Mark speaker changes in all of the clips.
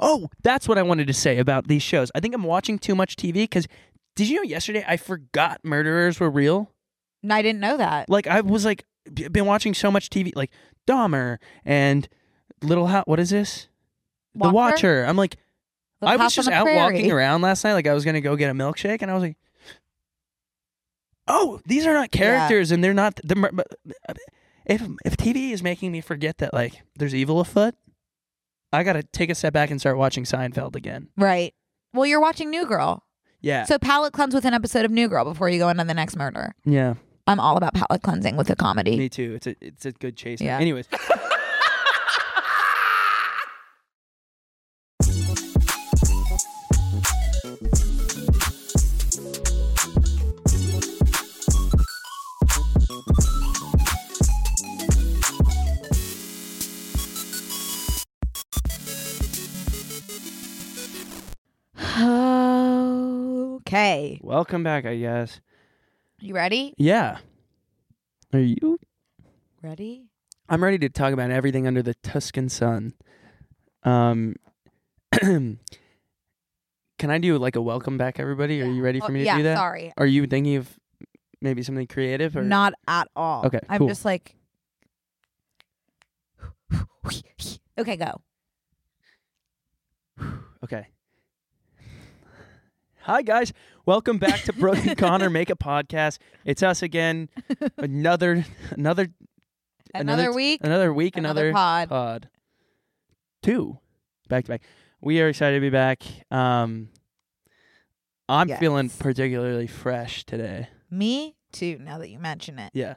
Speaker 1: Oh, that's what I wanted to say about these shows. I think I'm watching too much TV because did you know yesterday I forgot murderers were real?
Speaker 2: And I didn't know that.
Speaker 1: Like I was like b- been watching so much TV, like Dahmer and Little House. What is this? The
Speaker 2: Walker?
Speaker 1: Watcher. I'm like
Speaker 2: Little
Speaker 1: I
Speaker 2: House
Speaker 1: was just
Speaker 2: on the
Speaker 1: out
Speaker 2: Prairie.
Speaker 1: walking around last night. Like I was gonna go get a milkshake, and I was like, "Oh, these are not characters, and they're not the." mur- but- If if TV is making me forget that like there's evil afoot, I gotta take a step back and start watching Seinfeld again.
Speaker 2: Right. Well, you're watching New Girl.
Speaker 1: Yeah,
Speaker 2: So palate cleanse with an episode of New Girl before you go into the next murder.
Speaker 1: yeah,
Speaker 2: I'm all about palate cleansing with a comedy.
Speaker 1: me too. It's a it's a good chase.
Speaker 2: Yeah.
Speaker 1: Anyways,
Speaker 2: Okay.
Speaker 1: welcome back, I guess.
Speaker 2: You ready?
Speaker 1: Yeah, are you?
Speaker 2: Ready?
Speaker 1: I'm ready to talk about everything under the Tuscan sun. Um, can I do like a welcome back, everybody? Are you ready for
Speaker 2: Oh,
Speaker 1: me to
Speaker 2: yeah,
Speaker 1: do that?
Speaker 2: Sorry.
Speaker 1: Are you thinking of maybe something creative or
Speaker 2: Not at all.
Speaker 1: Okay,
Speaker 2: I'm
Speaker 1: cool.
Speaker 2: just like Okay, go.
Speaker 1: Okay. Hi guys, welcome back to Brooke and Connor Make a Podcast. It's us again. Another, another,
Speaker 2: Another,
Speaker 1: Another t-
Speaker 2: week,
Speaker 1: another week,
Speaker 2: another,
Speaker 1: another,
Speaker 2: pod.
Speaker 1: pod. Two, back to back. We are excited to be back. Um, I'm
Speaker 2: Yes.
Speaker 1: feeling particularly fresh today.
Speaker 2: Me too, now that you mention it.
Speaker 1: Yeah.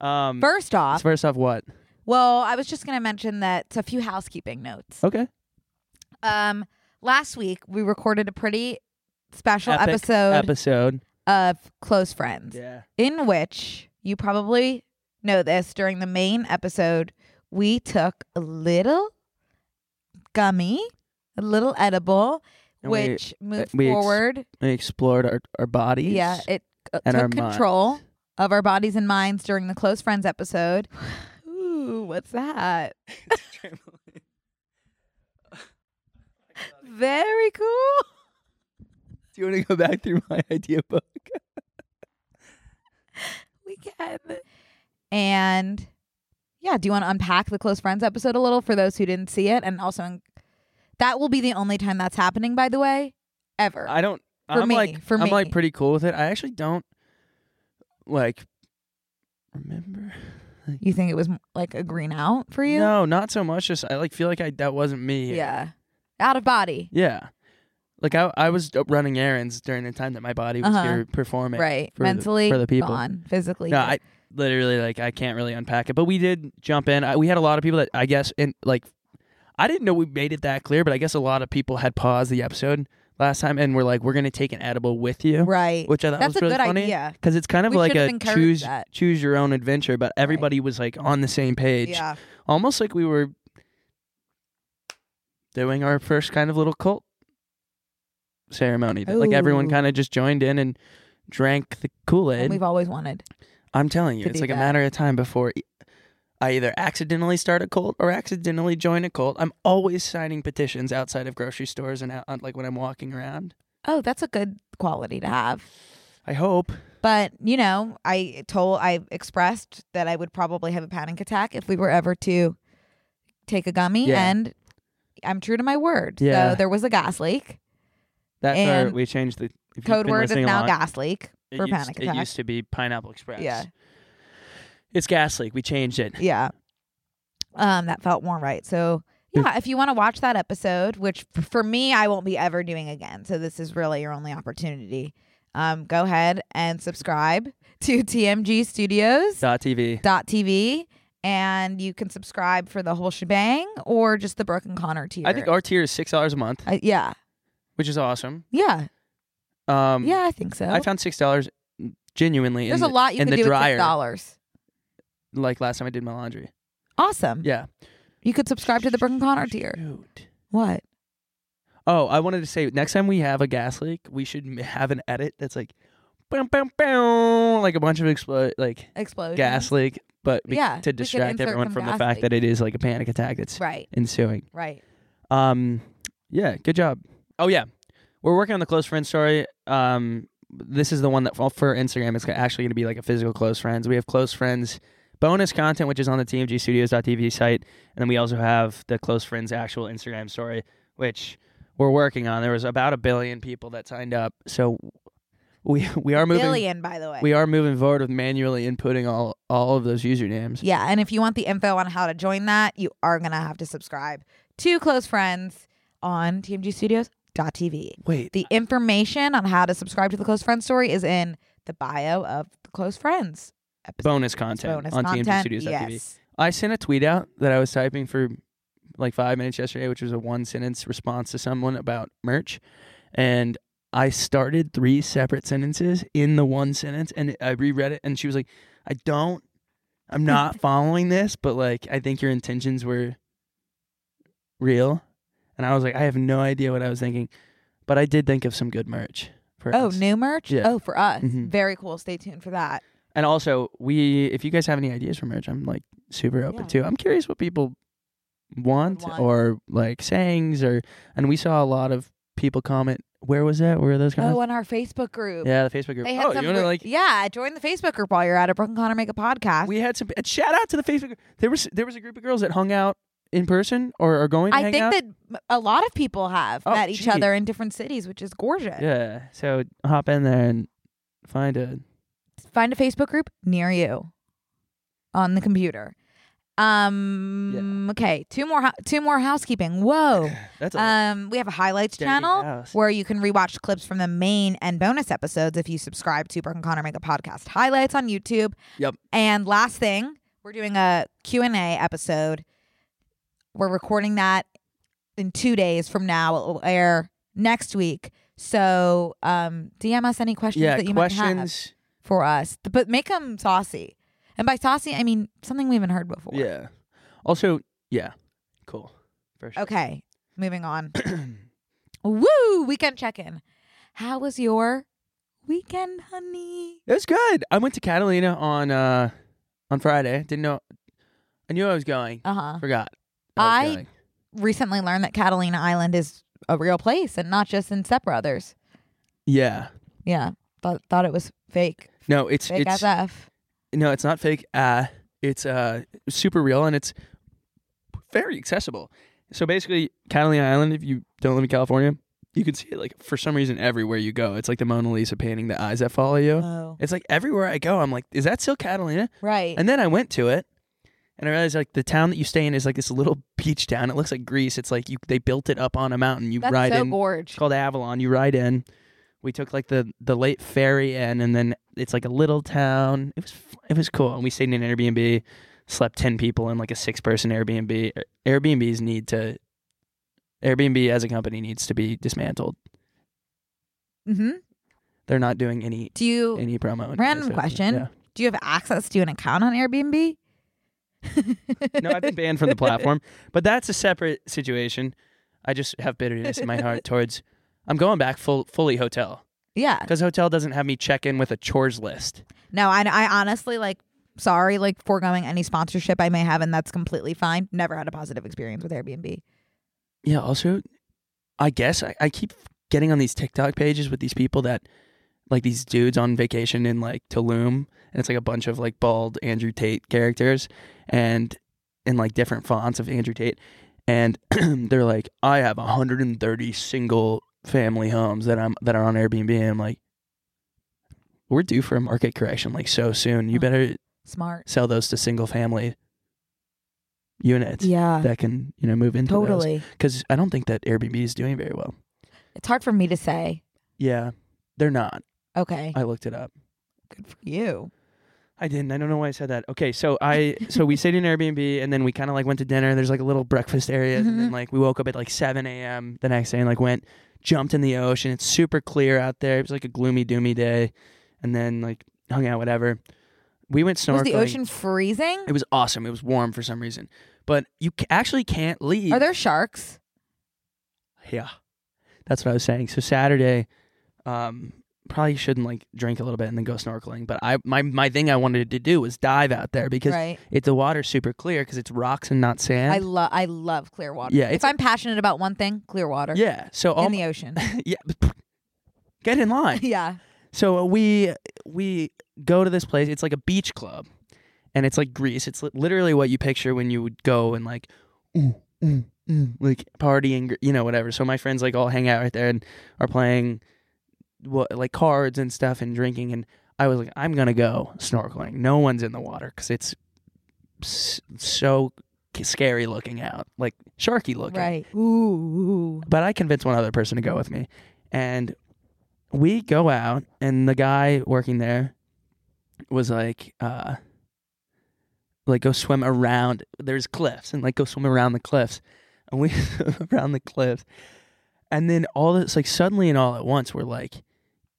Speaker 1: Um,
Speaker 2: First off,
Speaker 1: first off, what?
Speaker 2: well, I was just going to mention that it's a few housekeeping notes.
Speaker 1: Okay.
Speaker 2: Um, last week we recorded a pretty special
Speaker 1: Epic
Speaker 2: episode
Speaker 1: Episode.
Speaker 2: of Close Friends,
Speaker 1: Yeah.
Speaker 2: in which you probably know this. During the main episode, we took a little gummy, a little edible,
Speaker 1: And we- uh,
Speaker 2: which moved
Speaker 1: we ex-
Speaker 2: forward.
Speaker 1: We explored our, our bodies.
Speaker 2: yeah, it uh,
Speaker 1: and our
Speaker 2: took control
Speaker 1: minds.
Speaker 2: of our bodies and minds during the Close Friends episode. Ooh, what's that? Very cool.
Speaker 1: Do you want to go back through my idea book?
Speaker 2: we can. And yeah, do you want to unpack the close friends episode a little for those who didn't see it? And also, that will be the only time that's happening, by the way, ever.
Speaker 1: I don't.
Speaker 2: For
Speaker 1: I'm
Speaker 2: me,
Speaker 1: like,
Speaker 2: for
Speaker 1: I'm like
Speaker 2: me.
Speaker 1: pretty cool with it. I actually don't like remember.
Speaker 2: you think it was like a green out for you?
Speaker 1: No, not so much. Just I like feel like I that wasn't me.
Speaker 2: Yeah. Out of body.
Speaker 1: Yeah. Like I, I was running errands during the time that my body was
Speaker 2: Uh-huh.
Speaker 1: here performing.
Speaker 2: Right.
Speaker 1: for the-
Speaker 2: Mentally,
Speaker 1: for the people.
Speaker 2: gone. Physically.
Speaker 1: No,
Speaker 2: gone.
Speaker 1: I literally like I can't really unpack it. But we did jump in. I, we had a lot of people that I guess and like I didn't know we made it that clear, but I guess a lot of people had paused the episode last time and were like, "We're gonna take an edible with you,"
Speaker 2: right.
Speaker 1: which I thought
Speaker 2: That's
Speaker 1: was
Speaker 2: a
Speaker 1: really
Speaker 2: good
Speaker 1: funny.
Speaker 2: idea.
Speaker 1: Because it's kind of
Speaker 2: We
Speaker 1: like
Speaker 2: should've
Speaker 1: a
Speaker 2: encouraged
Speaker 1: choose
Speaker 2: that.
Speaker 1: choose your own adventure, but everybody was like on the same page,
Speaker 2: Yeah.
Speaker 1: almost like we were doing our first kind of little cult ceremony. That, like everyone
Speaker 2: Ooh.
Speaker 1: kind of just joined in and drank the Kool
Speaker 2: And
Speaker 1: Aid.
Speaker 2: we've always wanted.
Speaker 1: I'm telling you,
Speaker 2: to
Speaker 1: it's
Speaker 2: do
Speaker 1: like a
Speaker 2: that.
Speaker 1: matter of time before e- I either accidentally start a cult or accidentally join a cult. I'm always signing petitions outside of grocery stores and out, on- like when I'm walking around.
Speaker 2: Oh, that's a good quality to have.
Speaker 1: I hope.
Speaker 2: But you know, I told I expressed that I would probably have a panic attack if we were ever to take a gummy,
Speaker 1: Yeah.
Speaker 2: and I'm true to my word.
Speaker 1: Yeah.
Speaker 2: So there was a gas leak.
Speaker 1: That's our,
Speaker 2: And
Speaker 1: we changed the if
Speaker 2: Code
Speaker 1: you've been
Speaker 2: word is
Speaker 1: listening
Speaker 2: now
Speaker 1: along,
Speaker 2: gas leak
Speaker 1: it
Speaker 2: for
Speaker 1: used-
Speaker 2: panic
Speaker 1: It
Speaker 2: attack.
Speaker 1: used to be Pineapple Express.
Speaker 2: Yeah,
Speaker 1: it's Gas Leak. We changed it.
Speaker 2: yeah. Um, that felt more right. So yeah, if you want to watch that episode, which f- for me I won't be ever doing again, so this is really your only opportunity. Um, go ahead and subscribe to TMG Studios.
Speaker 1: Dot TV.
Speaker 2: dot TV and you can subscribe for the whole shebang or just the Brooke and Connor tier.
Speaker 1: I think our tier is six dollars a month,
Speaker 2: I- yeah.
Speaker 1: which is awesome.
Speaker 2: Yeah.
Speaker 1: Um,
Speaker 2: Yeah, I think so.
Speaker 1: I found six dollars genuinely.
Speaker 2: There's
Speaker 1: in
Speaker 2: a
Speaker 1: the-
Speaker 2: lot you
Speaker 1: in
Speaker 2: could
Speaker 1: the
Speaker 2: do
Speaker 1: dryer.
Speaker 2: with dollars.
Speaker 1: like last time I did my laundry.
Speaker 2: Awesome.
Speaker 1: Yeah.
Speaker 2: You could subscribe to the Brooke and Connor tier.
Speaker 1: Shoot.
Speaker 2: What?
Speaker 1: Oh, I wanted to say next time we have a gas leak, we should m- have an edit that's like, bam, bam, bam, like a bunch of explo- like
Speaker 2: Explosion.
Speaker 1: gas leak, but we,
Speaker 2: Yeah, we
Speaker 1: to
Speaker 2: could
Speaker 1: distract
Speaker 2: insert
Speaker 1: everyone
Speaker 2: some
Speaker 1: from the
Speaker 2: gas
Speaker 1: fact
Speaker 2: leak.
Speaker 1: that it is like a panic attack that's
Speaker 2: Right.
Speaker 1: ensuing.
Speaker 2: Right.
Speaker 1: Um, Yeah, good job. Oh yeah, we're working on the close friend story. Um, this is the one that well, for Instagram. It's actually going to be like a physical close friends. We have close friends bonus content, which is on the TMGstudios.tv site, and then we also have the close friends actual Instagram story, which we're working on. There was about a billion people that signed up, so we we are moving.
Speaker 2: Billion, by the way.
Speaker 1: We are moving forward with manually inputting all all of those usernames.
Speaker 2: yeah, and if you want the info on how to join that, you are gonna have to subscribe to Close Friends on TMGstudios.tv.
Speaker 1: Wait,
Speaker 2: The information on how to subscribe to the Close Friends story is in the bio of the Close Friends episode.
Speaker 1: bonus content
Speaker 2: Bonus
Speaker 1: on
Speaker 2: content.
Speaker 1: TMGstudios.tv.
Speaker 2: Yes.
Speaker 1: I sent a tweet out that I was typing for like five minutes yesterday, which was a one sentence response to someone about merch. And I started three separate sentences in the one sentence and I reread it and she was like, I don't, I'm not following this, but like, I think your intentions were real. And I was like, I have no idea what I was thinking, but I did think of some good merch for
Speaker 2: Oh,
Speaker 1: us.
Speaker 2: new merch?
Speaker 1: Yeah.
Speaker 2: Oh, for us.
Speaker 1: Mhm.
Speaker 2: Very cool. Stay tuned for that.
Speaker 1: And also, we if you guys have any ideas for merch, I'm like super open
Speaker 2: Yeah.
Speaker 1: to. I'm curious what people want,
Speaker 2: want.
Speaker 1: or like sayings or and we saw a lot of people comment where was that? Where are those comments?
Speaker 2: Oh, on our Facebook group.
Speaker 1: yeah, the Facebook group.
Speaker 2: They had
Speaker 1: Oh,
Speaker 2: some
Speaker 1: you wanna
Speaker 2: gr-
Speaker 1: like
Speaker 2: Yeah, join the Facebook group while you're at it. Brooke and Connor make a podcast.
Speaker 1: we had some and shout out to the Facebook group. There was there was a group of girls that hung out in person or are going to
Speaker 2: I
Speaker 1: hang
Speaker 2: think
Speaker 1: out.
Speaker 2: that m- a lot of people have
Speaker 1: Oh,
Speaker 2: met each
Speaker 1: gee.
Speaker 2: other in different cities, which is gorgeous.
Speaker 1: yeah. So hop in there and find a
Speaker 2: Find a Facebook group near you on the computer. Um okay, two more hou- two more housekeeping. Whoa.
Speaker 1: that's a
Speaker 2: um we have a highlights
Speaker 1: dirty
Speaker 2: Oh, channel.
Speaker 1: house.
Speaker 2: where you can rewatch clips from the main and bonus episodes if you subscribe to Brooke and Connor Make a Podcast highlights on YouTube.
Speaker 1: Yep.
Speaker 2: And last thing, we're doing a Q&A episode. We're recording that in 2 days from now. It will air next week. So, um DM us any questions
Speaker 1: Yeah,
Speaker 2: that you might have
Speaker 1: questions.
Speaker 2: for us. But make them saucy. And by saucy, I mean something we haven't heard before.
Speaker 1: Yeah. Also, yeah. Cool. For sure.
Speaker 2: Okay. Moving on. Woo! Weekend check-in. How was your weekend, honey?
Speaker 1: It was good. I went to Catalina on uh on Friday. Didn't know I knew I was going.
Speaker 2: Uh huh.
Speaker 1: Forgot. I, was
Speaker 2: I-
Speaker 1: going.
Speaker 2: Recently learned that Catalina Island is a real place and not just in Step Brothers.
Speaker 1: Yeah.
Speaker 2: Yeah, thought thought it was fake,
Speaker 1: No, it's
Speaker 2: fake
Speaker 1: it's
Speaker 2: SF.
Speaker 1: no, it's not fake. Uh it's uh super real and it's very accessible. So basically Catalina Island, if you don't live in California, you can see it like for some reason everywhere you go. It's like the Mona Lisa painting, the eyes that follow you.
Speaker 2: Oh,
Speaker 1: It's like everywhere I go, I'm like, is that still Catalina?
Speaker 2: right.
Speaker 1: And then I went to it, and I realized like the town that you stay in is like this little beach town. It looks like Greece. It's like you they built it up on a mountain. You
Speaker 2: That's
Speaker 1: ride
Speaker 2: so
Speaker 1: in.
Speaker 2: gorge.
Speaker 1: It's called Avalon. You ride in. We took like the the late ferry in, and then it's like a little town. It was f- it was cool, and we stayed in an Airbnb. Slept ten people in like a six person Airbnb. Airbnbs need to. Airbnb as a company needs to be dismantled.
Speaker 2: hmm
Speaker 1: They're not doing any
Speaker 2: Do you
Speaker 1: any promo.
Speaker 2: Random
Speaker 1: So,
Speaker 2: question.
Speaker 1: yeah.
Speaker 2: do you have access to an account on Airbnb?
Speaker 1: no, I've been banned from the platform, but that's a separate situation. I just have bitterness in my heart towards. I'm going back full fully hotel
Speaker 2: yeah.
Speaker 1: because hotel doesn't have me check in with a chores list.
Speaker 2: No, I I honestly like. Sorry, like foregoing any sponsorship I may have, and that's completely fine. Never had a positive experience with Airbnb.
Speaker 1: Yeah. Also, I guess I, I keep getting on these TikTok pages with these people that like these dudes on vacation in like Tulum, and it's like a bunch of like bald Andrew Tate characters, and in like different fonts of Andrew Tate, and they're like, I have 130 single family homes that I'm that are on Airbnb, and I'm like, we're due for a market correction like so soon. You
Speaker 2: Mm.
Speaker 1: better
Speaker 2: Smart.
Speaker 1: sell those to single family units
Speaker 2: Yeah.
Speaker 1: that can you know move into those
Speaker 2: Totally.
Speaker 1: because I don't think that Airbnb is doing very well.
Speaker 2: It's hard for me to say.
Speaker 1: Yeah, they're not.
Speaker 2: Okay.
Speaker 1: I looked it up.
Speaker 2: Good for you.
Speaker 1: I didn't. I don't know why I said that. Okay, so I so we stayed in Airbnb and then we kind of like went to dinner. There's like a little breakfast area and then
Speaker 2: Mhm.
Speaker 1: like we woke up at like 7 a.m. the next day and like went jumped in the ocean. It's super clear out there. It was like a gloomy doomy day, and then like hung out whatever. We went snorkeling.
Speaker 2: Was the ocean freezing?
Speaker 1: It was awesome. It was warm for some reason, but you ca- actually can't leave.
Speaker 2: Are there sharks?
Speaker 1: Yeah. That's what I was saying. So Saturday, um, probably shouldn't like drink a little bit and then go snorkeling. But I my my thing I wanted to do was dive out there because
Speaker 2: right?
Speaker 1: it the water's super clear because it's rocks and not sand.
Speaker 2: I love I love clear water.
Speaker 1: Yeah,
Speaker 2: if
Speaker 1: it's-
Speaker 2: I'm passionate about one thing, clear water.
Speaker 1: yeah. So all
Speaker 2: in the ocean.
Speaker 1: yeah. Get in line.
Speaker 2: yeah,
Speaker 1: So uh, we we go to this place. It's like a beach club, and it's like Greece. It's li- literally what you picture when you would go and like, ooh, ooh, ooh, like partying, you know, whatever. So my friends like all hang out right there and are playing, what like cards and stuff and drinking. And I was like, I'm gonna go snorkeling. No one's in the water because it's s- so c- scary looking out, like sharky looking.
Speaker 2: right. Ooh,
Speaker 1: But I convinced one other person to go with me. And we go out, and the guy working there was like, uh, like go swim around. There's cliffs, and like go swim around the cliffs. And we swim around the cliffs. And then all this, like suddenly and all at once, we're like,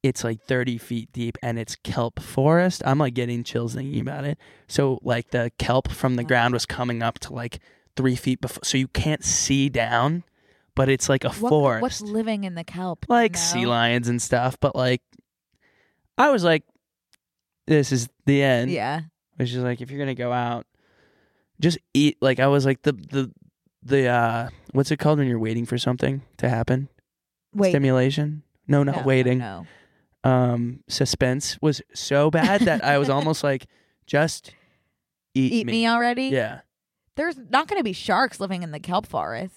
Speaker 1: it's like 30 feet deep and it's kelp forest. I'm like getting chills thinking about it. So, like, the kelp from the ground was coming up to like three feet before. So you can't see down, but it's like a
Speaker 2: what,
Speaker 1: forest
Speaker 2: what's living in the kelp?
Speaker 1: like
Speaker 2: No.
Speaker 1: sea lions and stuff, but like I was like, this is the end.
Speaker 2: Yeah,
Speaker 1: Which is like if you're gonna go out, just eat. Like I was like the the the uh what's it called when you're waiting for something to happen?
Speaker 2: wait,
Speaker 1: Stimulation? No, not
Speaker 2: no,
Speaker 1: waiting.
Speaker 2: No,
Speaker 1: Um, suspense was so bad that I was almost like, just eat,
Speaker 2: eat, me. already.
Speaker 1: Yeah,
Speaker 2: there's not going to be sharks living in the kelp forest.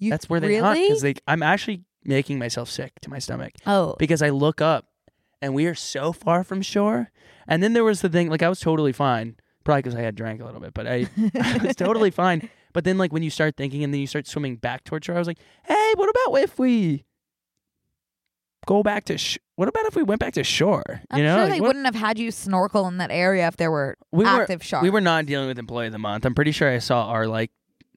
Speaker 2: You
Speaker 1: that's where they
Speaker 2: really?
Speaker 1: hunt because they. I'm actually making myself sick to my stomach.
Speaker 2: oh,
Speaker 1: because I look up and we are so far from shore. And then there was the thing, like I was totally fine, probably because I had drank a little bit, but I, I was totally fine. But then, like when you start thinking and then you start swimming back towards shore, I was like, hey, what about if we go back to? Sh- what about if we went back to shore?
Speaker 2: I'm
Speaker 1: you know,
Speaker 2: sure
Speaker 1: Like,
Speaker 2: they
Speaker 1: what-
Speaker 2: wouldn't have had you snorkel in that area if there were
Speaker 1: we were
Speaker 2: active sharks.
Speaker 1: we were not dealing with employee of the month. I'm pretty sure I saw our like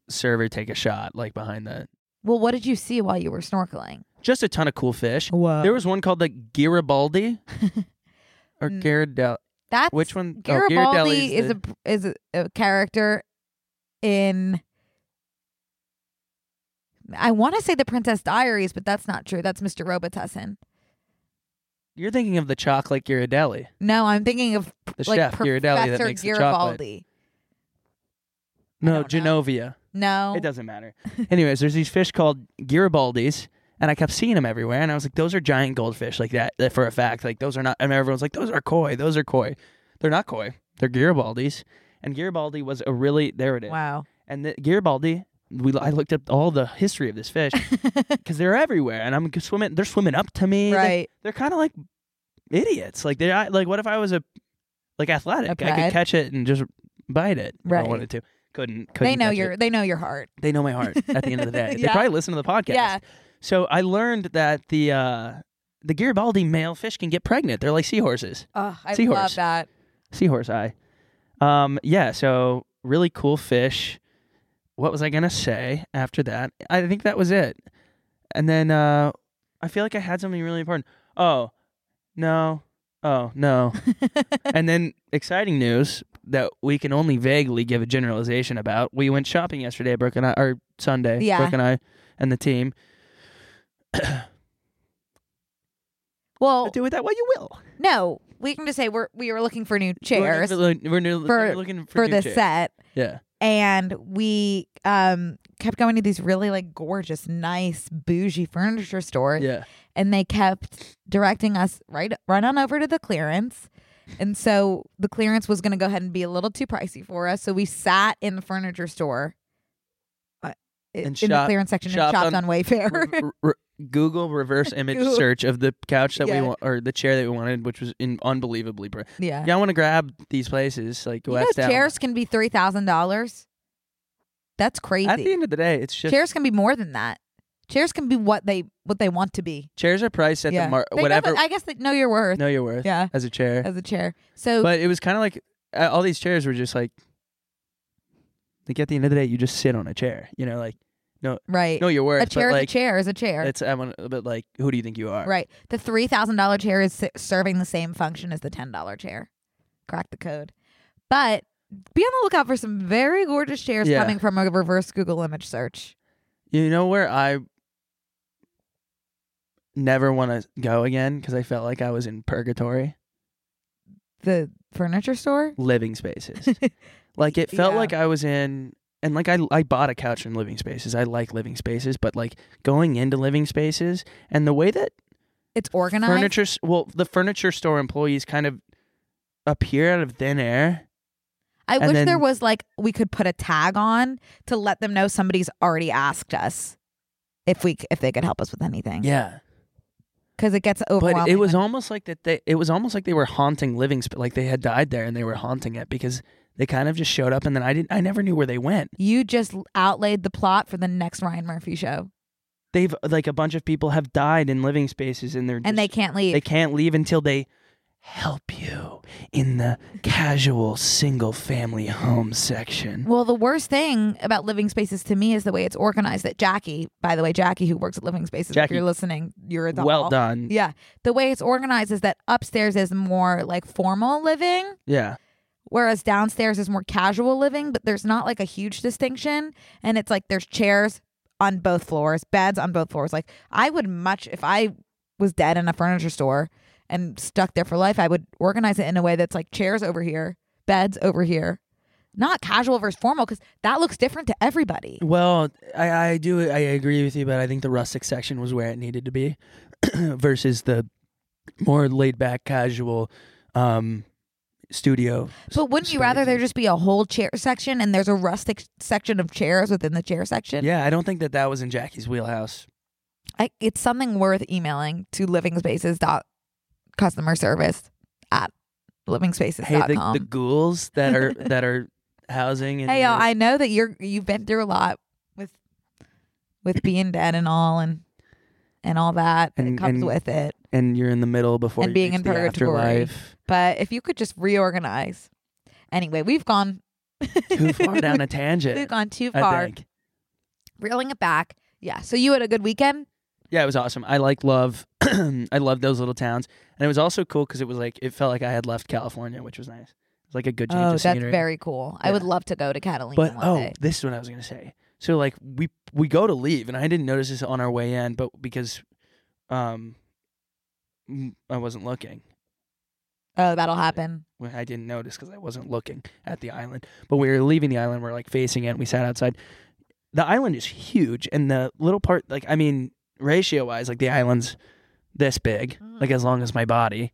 Speaker 1: server take a shot like behind the
Speaker 2: Well, what did you see while you were snorkeling?
Speaker 1: just a ton of cool fish.
Speaker 2: Whoa,
Speaker 1: There was one called the Garibaldi or
Speaker 2: Mm.
Speaker 1: Ghirardelli.
Speaker 2: that's
Speaker 1: Which one? Oh,
Speaker 2: Garibaldi
Speaker 1: Ghirardelli's
Speaker 2: is
Speaker 1: the-
Speaker 2: a pr- is a, a character in. I want to say the Princess Diaries, but that's not true. That's Mr. Robitussin.
Speaker 1: You're thinking of the chocolate Ghirardelli,
Speaker 2: No, I'm thinking of
Speaker 1: the
Speaker 2: like
Speaker 1: chef
Speaker 2: Professor
Speaker 1: Ghirardelli that makes the chocolate.
Speaker 2: Garibaldi.
Speaker 1: No,
Speaker 2: don't know.
Speaker 1: Genovia.
Speaker 2: No,
Speaker 1: It doesn't matter. Anyways, there's these fish called Garibaldi's, and I kept seeing them everywhere, and I was like, those are giant goldfish, like that that for a fact. Like those are not. And everyone's like, those are koi. Those are koi. They're not koi. They're Garibaldi's. And Garibaldi was a really there it is.
Speaker 2: Wow.
Speaker 1: And the, Garibaldi, we I looked up all the history of this fish because they're everywhere, and I'm swimming. They're swimming up to me. They're-
Speaker 2: right.
Speaker 1: they're kind of like idiots. Like they like what if I was a like athletic? I
Speaker 2: Okay.
Speaker 1: could catch it and just bite it if
Speaker 2: Right.
Speaker 1: I wanted to. Couldn't. couldn't
Speaker 2: They know
Speaker 1: catch
Speaker 2: your
Speaker 1: It.
Speaker 2: they know your heart.
Speaker 1: They know my heart. At the end of the day, they
Speaker 2: Yeah.
Speaker 1: probably listen to the podcast.
Speaker 2: Yeah.
Speaker 1: So I learned that the uh the Garibaldi male fish can get pregnant. They're like seahorses.
Speaker 2: Oh, I love
Speaker 1: Seahorse.
Speaker 2: that.
Speaker 1: Seahorse eye. Um. Yeah. So really cool fish. What was I gonna say after that? I think that was it. And then uh, I feel like I had something really important. Oh, no. Oh no. and then exciting news that we can only vaguely give a generalization about. We went shopping yesterday, Brooke and I, or Sunday,
Speaker 2: Yeah.
Speaker 1: Brooke and I, and the team.
Speaker 2: well,
Speaker 1: Do with that what you will.
Speaker 2: no, we can just say we're we were looking for new chairs
Speaker 1: We're, looking- we're new-
Speaker 2: For-
Speaker 1: looking for,
Speaker 2: for
Speaker 1: new
Speaker 2: this
Speaker 1: chairs.
Speaker 2: set,
Speaker 1: Yeah.
Speaker 2: and we um kept going to these really like gorgeous, nice, bougie furniture stores,
Speaker 1: Yeah.
Speaker 2: and they kept directing us right right on over to the clearance. And so the clearance was going to go ahead and be a little too pricey for us. So we sat in the furniture store uh, in
Speaker 1: And
Speaker 2: the
Speaker 1: shop-
Speaker 2: clearance section
Speaker 1: shopped
Speaker 2: and shopped on,
Speaker 1: on-
Speaker 2: Wayfair.
Speaker 1: Re- re- Google reverse image
Speaker 2: Google.
Speaker 1: search of the couch that
Speaker 2: Yeah.
Speaker 1: we want, or the chair that we wanted, which was in unbelievably bright.
Speaker 2: yeah.
Speaker 1: Yeah, I want to grab these places like
Speaker 2: You know,
Speaker 1: West Elm.
Speaker 2: chairs can be three thousand dollars. That's crazy.
Speaker 1: At the end of the day, it's just
Speaker 2: chairs can be more than that. Chairs can be what they what they want to be.
Speaker 1: chairs are priced at
Speaker 2: yeah.
Speaker 1: the mar-
Speaker 2: They know
Speaker 1: whatever.
Speaker 2: that- I guess they know your worth.
Speaker 1: know your worth
Speaker 2: Yeah,
Speaker 1: as a chair.
Speaker 2: as a chair. So
Speaker 1: But it was kind of like uh, all these chairs were just like, like at the end of the day, you just sit on a chair. You know, like
Speaker 2: right,
Speaker 1: know your worth.
Speaker 2: a chair
Speaker 1: but
Speaker 2: is
Speaker 1: like,
Speaker 2: a chair is a chair.
Speaker 1: It's I want, but like, who do you think you are?
Speaker 2: Right. The three thousand dollar chair is si- serving the same function as the ten dollar chair. Crack the code. But be on the lookout for some very gorgeous chairs
Speaker 1: Yeah.
Speaker 2: coming from a reverse Google image search.
Speaker 1: You know where I never want to go again because I felt like I was in purgatory.
Speaker 2: The furniture store?
Speaker 1: Living spaces, like it felt
Speaker 2: Yeah.
Speaker 1: like I was in, and like I I bought a couch from Living Spaces. I like Living Spaces, but like going into Living Spaces and the way that
Speaker 2: It's organized.
Speaker 1: furniture s- well the furniture store employees kind of appear out of thin air
Speaker 2: I
Speaker 1: and
Speaker 2: wish there
Speaker 1: then-
Speaker 2: was like we could put a tag on to let them know somebody's already asked us if we c- if they could help us with anything.
Speaker 1: yeah
Speaker 2: Because it gets overwhelming.
Speaker 1: but it was
Speaker 2: when-
Speaker 1: almost like that they it was almost like they were haunting living sp- like they had died there and they were haunting it because they kind of just showed up and then i didn't i never knew where they went
Speaker 2: you just outlaid the plot for the next Ryan Murphy show,
Speaker 1: they've like a bunch of people have died in living spaces and they're
Speaker 2: and they
Speaker 1: just-
Speaker 2: can't leave.
Speaker 1: they can't leave until they help you in the casual single family home section
Speaker 2: Well, the worst thing about Living Spaces to me is the way it's organized. That Jackie, by the way, Jackie, who works at Living Spaces, if
Speaker 1: Jackie,
Speaker 2: you're listening, you're a doll.
Speaker 1: well done
Speaker 2: Yeah, the way it's organized is that upstairs is more like formal living,
Speaker 1: yeah
Speaker 2: whereas downstairs is more casual living. But there's not like a huge distinction, and it's like there's chairs on both floors, beds on both floors. Like I would much if I was dead in a furniture store and stuck there for life, I would organize it in a way that's like chairs over here, beds over here. Not casual versus formal because that looks different to everybody.
Speaker 1: Well, I, I do I agree with you, but I think the rustic section was where it needed to be versus the more laid back casual um studio.
Speaker 2: But wouldn't you rather there just be a whole chair section and there's a rustic section of chairs within the chair section?
Speaker 1: Yeah, I don't think that that was in Jackie's wheelhouse.
Speaker 2: I, it's something worth emailing to livingspaces dot customer service at livingspaces.com.
Speaker 1: Hey, the, the ghouls that are that are housing and
Speaker 2: hey y'all, I know that you're you've been through a lot with with being dead and all and and all that that
Speaker 1: And-
Speaker 2: comes
Speaker 1: and-
Speaker 2: with it.
Speaker 1: and you're in the middle before
Speaker 2: And
Speaker 1: you
Speaker 2: being
Speaker 1: reach
Speaker 2: in
Speaker 1: the
Speaker 2: purgatory.
Speaker 1: afterlife.
Speaker 2: But if you could just reorganize. Anyway, we've gone
Speaker 1: Too far down a tangent.
Speaker 2: We've gone too
Speaker 1: I
Speaker 2: far.
Speaker 1: think.
Speaker 2: Reeling it back. Yeah. So you had a good weekend?
Speaker 1: Yeah, it was awesome. I like love. I love those little towns, and it was also cool because it was like it felt like I had left California, which was nice. It was like a good change
Speaker 2: Oh,
Speaker 1: of
Speaker 2: that's
Speaker 1: scenery.
Speaker 2: very cool. I would
Speaker 1: Yeah.
Speaker 2: love to go to Catalina
Speaker 1: But
Speaker 2: one
Speaker 1: oh,
Speaker 2: day.
Speaker 1: this is what I was gonna say. So like we we go to leave, and I didn't notice this on our way in, but because um m- I wasn't looking,
Speaker 2: Oh, that'll happen.
Speaker 1: Well, I didn't notice because I wasn't looking at the island. But we were leaving the island. We're like facing it. and We sat outside. The island is huge, and the little part, like I mean, ratio wise, like the island's this big,
Speaker 2: Mm-hmm.
Speaker 1: like as long as my body.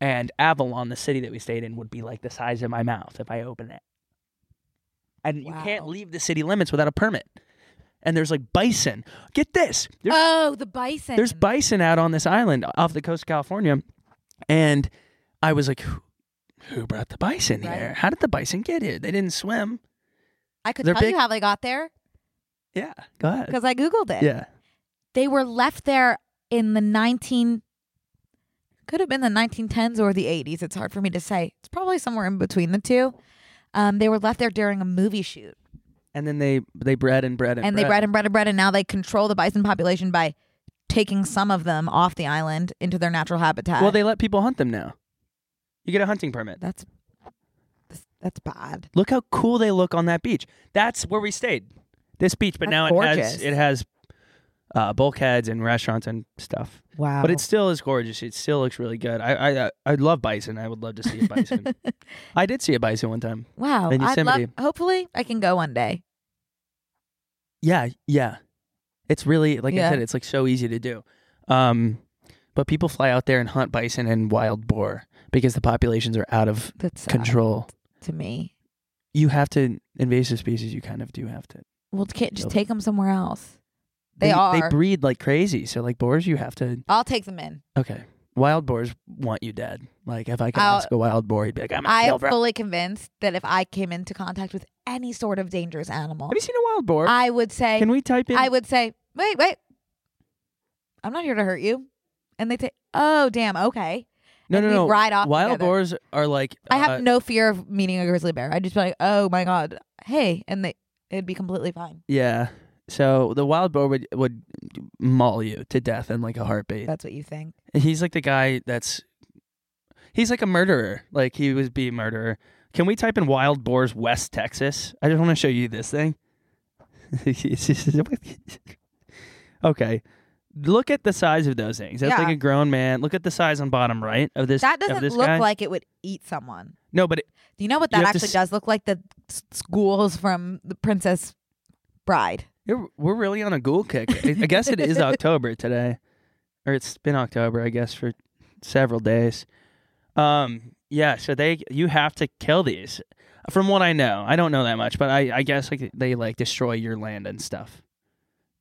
Speaker 1: And Avalon, the city that we stayed in, would be like the size of my mouth if I open it. And you can't
Speaker 2: Wow.
Speaker 1: leave the city limits without a permit. And there's like bison. Get this. There's
Speaker 2: Oh, the bison.
Speaker 1: there's bison out on this island off the coast of California. And I was like, who, who brought the bison
Speaker 2: Right.
Speaker 1: here? How did the bison get here? They didn't swim.
Speaker 2: I could
Speaker 1: they're
Speaker 2: tell you
Speaker 1: big.
Speaker 2: how they got there
Speaker 1: Yeah. Go ahead.
Speaker 2: because I googled it.
Speaker 1: Yeah.
Speaker 2: They were left there in the 19 could have been the 1910s or the 80s. It's hard for me to say. It's probably somewhere in between the two. Um, they were left there during a movie shoot,
Speaker 1: And then they they bred and bred and,
Speaker 2: and they bred and bred and bred, and now they control the bison population by taking some of them off the island into their natural habitat.
Speaker 1: Well, they let people hunt them now. You get a hunting permit.
Speaker 2: that's that's- that's bad.
Speaker 1: Look how cool they look on that beach. That's where we stayed. This beach, but
Speaker 2: That's
Speaker 1: now it
Speaker 2: gorgeous.
Speaker 1: has it has uh, bulkheads and restaurants and stuff.
Speaker 2: Wow.
Speaker 1: But it still is gorgeous. It still looks really good. I I I- I love bison. I would love to see a bison. I did see a bison one time.
Speaker 2: wow.
Speaker 1: in
Speaker 2: I'd love,
Speaker 1: Yosemite.
Speaker 2: hopefully, I can go one day.
Speaker 1: Yeah, yeah. It's really like
Speaker 2: Yeah.
Speaker 1: I said, it's like so easy to do. Um, but people fly out there and hunt bison and wild boar because the populations are out of
Speaker 2: That's sad
Speaker 1: control.
Speaker 2: to me.
Speaker 1: You have to invasive species. You kind of do have to.
Speaker 2: Well, can't just
Speaker 1: Those-
Speaker 2: take them somewhere else. They,
Speaker 1: They
Speaker 2: are.
Speaker 1: breed like crazy. So like boars, you have to.
Speaker 2: I'll take them in.
Speaker 1: Okay, wild boars want you dead. Like if I could
Speaker 2: I'll-
Speaker 1: ask a wild boar, he'd be like, "I'm a
Speaker 2: I am
Speaker 1: kill, bro."
Speaker 2: fully convinced that if I came into contact with any sort of dangerous animal,
Speaker 1: Have you seen a wild boar?
Speaker 2: I would say,
Speaker 1: Can we type in?
Speaker 2: I would say, wait, wait, I'm not here to hurt you. And they'd say, oh, damn, okay.
Speaker 1: no,
Speaker 2: and
Speaker 1: no,
Speaker 2: we'd
Speaker 1: no.
Speaker 2: ride off
Speaker 1: wild
Speaker 2: together.
Speaker 1: boars are like.
Speaker 2: I
Speaker 1: uh,
Speaker 2: have no fear of meeting a grizzly bear. I'd just be like, oh my God, hey. And they, it'd be completely fine.
Speaker 1: Yeah. So the wild boar would would maul you to death in like a heartbeat.
Speaker 2: That's what you think.
Speaker 1: He's like the guy that's he's like a murderer. Like he would be a murderer. Can we type in wild boars West Texas? I just want to show you this thing. okay. look at the size of those things. That's
Speaker 2: Yeah.
Speaker 1: like a grown man. Look at the size on bottom right of this. of
Speaker 2: That doesn't
Speaker 1: this
Speaker 2: look
Speaker 1: guy.
Speaker 2: like it would eat someone.
Speaker 1: no, but it,
Speaker 2: Do you know what
Speaker 1: You
Speaker 2: that
Speaker 1: have to
Speaker 2: actually
Speaker 1: s-
Speaker 2: does look like? The s- schools from the Princess Bride.
Speaker 1: it- we're really on a ghoul kick. I, I guess it is October today, or it's been October, I guess, for several days. Um, yeah. So they, you have to kill these. From what I know, I don't know that much, but I, I guess like they like destroy your land and stuff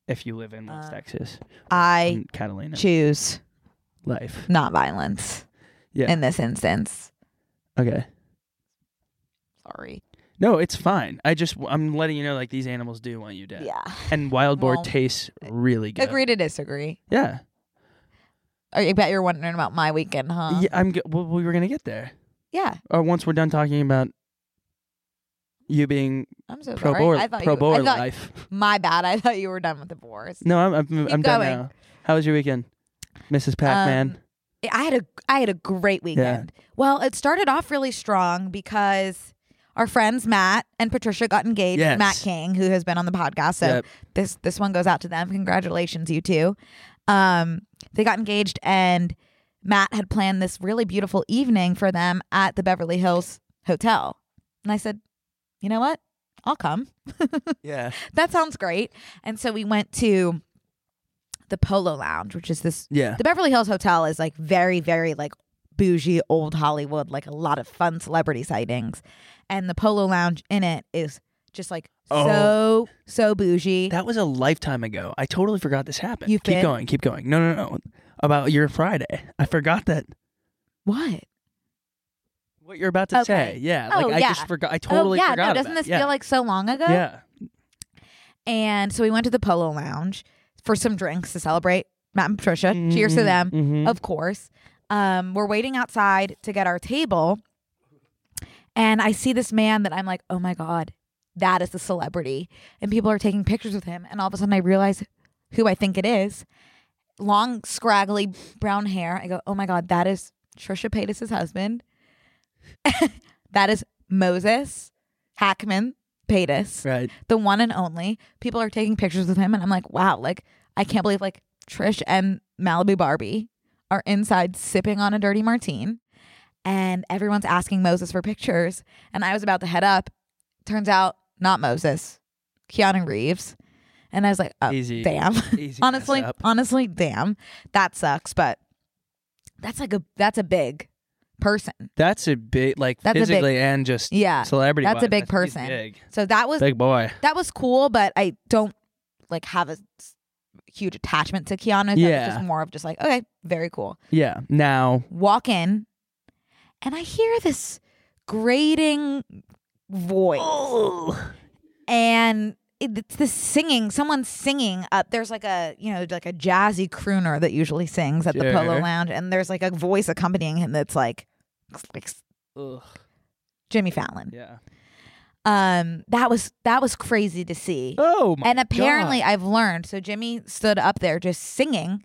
Speaker 1: if you live in West
Speaker 2: Uh,
Speaker 1: Texas,
Speaker 2: I
Speaker 1: in Catalina
Speaker 2: choose
Speaker 1: life.
Speaker 2: not violence.
Speaker 1: Yeah.
Speaker 2: In this instance,
Speaker 1: Okay.
Speaker 2: sorry.
Speaker 1: No, it's fine. I just I'm letting you know like these animals do want you dead.
Speaker 2: Yeah.
Speaker 1: And wild boar
Speaker 2: Well,
Speaker 1: tastes really good.
Speaker 2: Agree to disagree.
Speaker 1: Yeah.
Speaker 2: Oh, I bet you're wondering about my weekend, huh?
Speaker 1: yeah. I'm. g- Well, we were gonna get there.
Speaker 2: Yeah,
Speaker 1: Uh, once we're done talking about you being
Speaker 2: I'm so
Speaker 1: pro
Speaker 2: sorry.
Speaker 1: boar,
Speaker 2: I thought
Speaker 1: pro
Speaker 2: you,
Speaker 1: boar
Speaker 2: I thought,
Speaker 1: life.
Speaker 2: My bad. I thought you were done with the boars.
Speaker 1: No, I'm I'm,
Speaker 2: Keep
Speaker 1: I'm done
Speaker 2: going.
Speaker 1: now. How was your weekend, Mrs. Pac-Man?
Speaker 2: Um, I had a I had a great weekend. Well, it started off really strong because our friends Matt and Patricia got engaged.
Speaker 1: Yes.
Speaker 2: Matt King, who has been on the podcast, so
Speaker 1: Yep.
Speaker 2: this this one goes out to them. Congratulations, you two. Um, they got engaged, and Matt had planned this really beautiful evening for them at the Beverly Hills Hotel. And I said, you know what? I'll come
Speaker 1: yeah.
Speaker 2: that sounds great. And so we went to the Polo Lounge, which is this
Speaker 1: Yeah.
Speaker 2: the Beverly Hills Hotel is like very, very like bougie old Hollywood, like a lot of fun celebrity sightings. And the Polo Lounge in it is just like so, so bougie.
Speaker 1: That was a lifetime ago. I totally forgot this happened.
Speaker 2: You've
Speaker 1: keep
Speaker 2: been-
Speaker 1: going. Keep going. No, no, no. About your Friday. I forgot that.
Speaker 2: what?
Speaker 1: What you're about to
Speaker 2: Okay.
Speaker 1: say. Yeah.
Speaker 2: Oh,
Speaker 1: Like I
Speaker 2: yeah.
Speaker 1: just forgot. I totally
Speaker 2: oh yeah,
Speaker 1: forgot.
Speaker 2: no,
Speaker 1: about
Speaker 2: doesn't
Speaker 1: it.
Speaker 2: this
Speaker 1: yeah.
Speaker 2: feel like so long ago?
Speaker 1: Yeah.
Speaker 2: And so we went to the Polo Lounge for some drinks to celebrate Matt and Patricia. Cheers to
Speaker 1: Mhm,
Speaker 2: them.
Speaker 1: mhm.
Speaker 2: of course. Um, we're waiting outside to get our table. And I see this man that I'm like, oh my God, that is the celebrity. And people are taking pictures with him. And all of a sudden I realize who I think it is. Long, scraggly brown hair. I go, oh my God, that is Trisha Paytas' husband. that is Moses Hackman Paytas
Speaker 1: Right.
Speaker 2: the one and only. People are taking pictures with him, and I'm like, wow, like I can't believe like Trish and Malibu Barbie are inside sipping on a dirty martine, and everyone's asking Moses for pictures. And I was about to head up. Turns out, not Moses, Keanu Reeves, and I was like, oh,
Speaker 1: Easy.
Speaker 2: damn.
Speaker 1: Easy mess
Speaker 2: honestly,
Speaker 1: up.
Speaker 2: honestly, damn, that sucks. But that's like a that's a big person.
Speaker 1: That's a big like
Speaker 2: That's a big-
Speaker 1: physically and just
Speaker 2: Yeah.
Speaker 1: celebrity.
Speaker 2: that's a
Speaker 1: wise,
Speaker 2: big
Speaker 1: he's
Speaker 2: person.
Speaker 1: Big,
Speaker 2: So that was
Speaker 1: Big boy.
Speaker 2: that was cool, but I don't like have a s- huge attachment to Keanu. That
Speaker 1: Yeah.
Speaker 2: was just more of just like, okay, very cool.
Speaker 1: Yeah. Now
Speaker 2: Walk in, and I hear this grating voice,
Speaker 1: Oh.
Speaker 2: and it, it's the singing. Someone's singing up. There's like a you know like a jazzy crooner that usually sings at the Polo
Speaker 1: Sure.
Speaker 2: Lounge, and there's like a voice accompanying him that's like, like
Speaker 1: Ugh.
Speaker 2: Jimmy Fallon.
Speaker 1: Yeah.
Speaker 2: Um, that was that was crazy to see.
Speaker 1: Oh my
Speaker 2: and apparently,
Speaker 1: God.
Speaker 2: I've learned. So Jimmy stood up there just singing,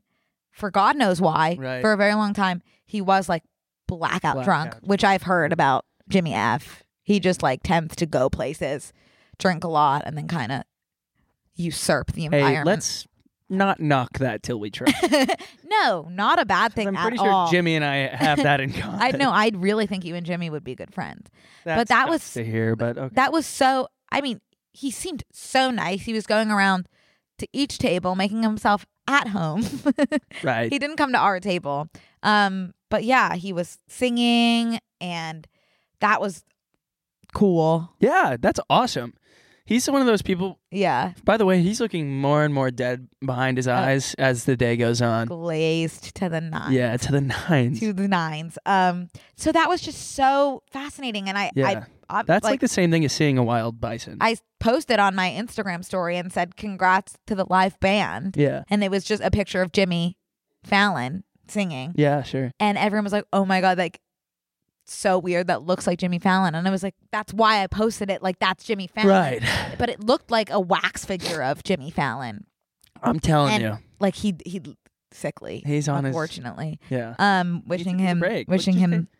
Speaker 2: for God knows why,
Speaker 1: Right.
Speaker 2: for a very long time. He was like blackout, drunk,
Speaker 1: Blackout.
Speaker 2: which I've heard about Jimmy F. He just like tends to go places, drink a lot, and then kind of usurp the
Speaker 1: Hey,
Speaker 2: environment.
Speaker 1: let's not knock that till we try.
Speaker 2: no, not a bad thing
Speaker 1: I'm
Speaker 2: at
Speaker 1: pretty sure
Speaker 2: all.
Speaker 1: Jimmy and I have that in common.
Speaker 2: I know. I really think you and Jimmy would be good friends.
Speaker 1: That's
Speaker 2: but that
Speaker 1: nuts
Speaker 2: was-
Speaker 1: to hear. But okay.
Speaker 2: That was so. I mean, he seemed so nice. He was going around to each table, making himself at home.
Speaker 1: right.
Speaker 2: he didn't come to our table. Um, but yeah, he was singing and that was cool.
Speaker 1: Yeah, that's awesome. He's one of those people.
Speaker 2: Yeah.
Speaker 1: By the way, he's looking more and more dead behind
Speaker 2: Oh.
Speaker 1: his eyes as the day goes on.
Speaker 2: Glazed to the nines.
Speaker 1: Yeah, to the nines.
Speaker 2: To the nines. Um, so that was just so fascinating. And I,
Speaker 1: Yeah.
Speaker 2: I, I
Speaker 1: That's like, the same thing as seeing a wild bison.
Speaker 2: I posted on my Instagram story and said, congrats to the live band.
Speaker 1: yeah.
Speaker 2: And it was just a picture of Jimmy Fallon singing.
Speaker 1: Yeah, sure.
Speaker 2: and everyone was like, "Oh my god, like so weird that looks like Jimmy Fallon." And I was like, "That's why I posted it. Like that's Jimmy Fallon."
Speaker 1: Right.
Speaker 2: But it looked like a wax figure of Jimmy Fallon.
Speaker 1: I'm telling
Speaker 2: And-
Speaker 1: you.
Speaker 2: Like he he sickly.
Speaker 1: He's on his
Speaker 2: unfortunately.
Speaker 1: Yeah.
Speaker 2: Um
Speaker 1: He needs
Speaker 2: wishing
Speaker 1: to take a
Speaker 2: him
Speaker 1: break. Let's
Speaker 2: wishing
Speaker 1: just
Speaker 2: him
Speaker 1: take-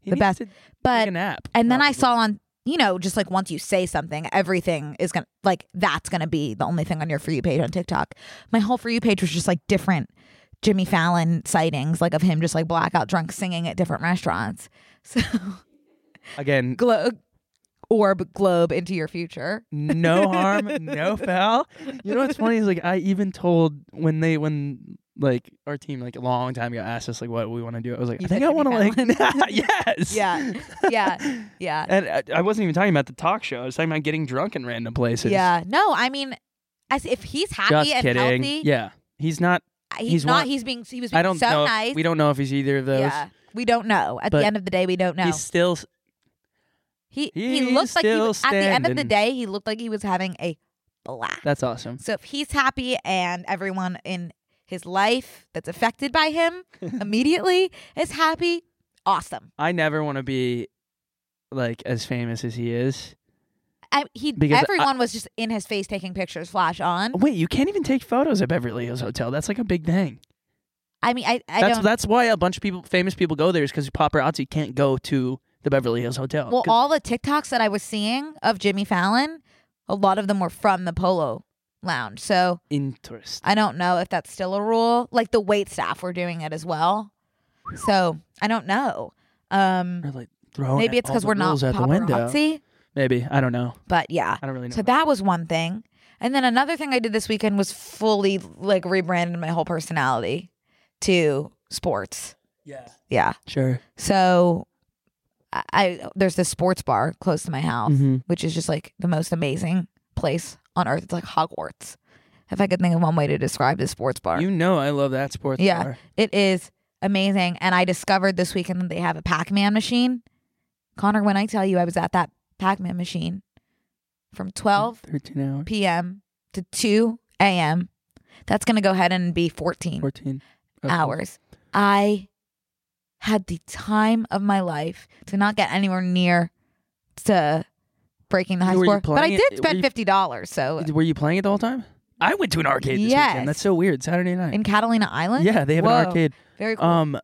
Speaker 1: he
Speaker 2: the
Speaker 1: needs
Speaker 2: best.
Speaker 1: to take
Speaker 2: but
Speaker 1: a nap.
Speaker 2: and then I
Speaker 1: probably.
Speaker 2: saw on you know, just like once you say something, everything is gonna like that's gonna be the only thing on your for you page on TikTok. My whole for you page was just like different Jimmy Fallon sightings, like of him just like blackout drunk singing at different restaurants. So
Speaker 1: Again,
Speaker 2: globe orb globe into your future.
Speaker 1: no harm, no foul. You know what's funny is like I even told when they when like our team like a long time ago asked us like what we want to do. I was like,
Speaker 2: You
Speaker 1: I think
Speaker 2: said
Speaker 1: I want to like
Speaker 2: Jimmy
Speaker 1: yes,
Speaker 2: Yeah. Yeah. Yeah.
Speaker 1: And I, I wasn't even talking about the talk show. I was talking about getting drunk in random places.
Speaker 2: Yeah. No, I mean as if he's happy
Speaker 1: just
Speaker 2: and
Speaker 1: kidding.
Speaker 2: healthy,
Speaker 1: Yeah, he's not.
Speaker 2: he's,
Speaker 1: He's
Speaker 2: not
Speaker 1: one-
Speaker 2: he's being he was being
Speaker 1: I don't
Speaker 2: so
Speaker 1: know. if-
Speaker 2: nice.
Speaker 1: We don't know if he's either of those.
Speaker 2: Yeah. We don't know. At
Speaker 1: But
Speaker 2: the end of the day, we don't know.
Speaker 1: He's still s-
Speaker 2: He
Speaker 1: He's
Speaker 2: he looked like he
Speaker 1: still
Speaker 2: was, at the end of the
Speaker 1: standing.
Speaker 2: day he looked like he was having a blast.
Speaker 1: that's awesome.
Speaker 2: so if he's happy and everyone in his life that's affected by him immediately is happy, awesome.
Speaker 1: I never want to be like as famous as he is.
Speaker 2: I, he
Speaker 1: Because I-
Speaker 2: everyone was just in his face taking pictures, flash on.
Speaker 1: Wait, you can't even take photos at Beverly Hills Hotel. That's like a big thing.
Speaker 2: I mean, I I
Speaker 1: that's
Speaker 2: don't.
Speaker 1: that's why a bunch of people, famous people, go there is because paparazzi can't go to the Beverly Hills Hotel.
Speaker 2: well,
Speaker 1: 'Cause-
Speaker 2: all the TikToks that I was seeing of Jimmy Fallon, a lot of them were from the Polo Lounge. So
Speaker 1: interest.
Speaker 2: I don't know if that's still a rule. Like the wait staff were doing it as well. So I don't know. Um,
Speaker 1: Or like throwing
Speaker 2: Maybe it's
Speaker 1: all
Speaker 2: because
Speaker 1: the
Speaker 2: we're not
Speaker 1: rules out the window.
Speaker 2: paparazzi.
Speaker 1: Maybe I don't know.
Speaker 2: But yeah,
Speaker 1: I don't really know.
Speaker 2: so that was one thing. And then another thing I did this weekend was fully like rebranded my whole personality to sports.
Speaker 1: yeah,
Speaker 2: Yeah.
Speaker 1: sure.
Speaker 2: So I, I there's this sports bar close to my house,
Speaker 1: Mhm.
Speaker 2: which is just like the most amazing place on earth. It's like Hogwarts. If I could think of one way to describe this sports bar.
Speaker 1: You know I love that sports
Speaker 2: Yeah.
Speaker 1: bar.
Speaker 2: It is amazing. And I discovered this weekend that they have a Pac Man machine. Connor, when I tell you I was at that Pac Man machine from 12
Speaker 1: 13 hours,
Speaker 2: p.m. to 2 a.m., that's going to go ahead and be 14
Speaker 1: 14 Okay.
Speaker 2: hours. I had the time of my life to not get anywhere near to breaking the high
Speaker 1: Were you
Speaker 2: score, but I
Speaker 1: playing
Speaker 2: did
Speaker 1: it-
Speaker 2: spend
Speaker 1: were you-
Speaker 2: $50. So
Speaker 1: Were you playing it the whole time? I went to an arcade this
Speaker 2: Yes.
Speaker 1: weekend. That's so weird. Saturday night.
Speaker 2: in Catalina Island?
Speaker 1: yeah, they have
Speaker 2: Whoa,
Speaker 1: an arcade.
Speaker 2: Very cool.
Speaker 1: Um,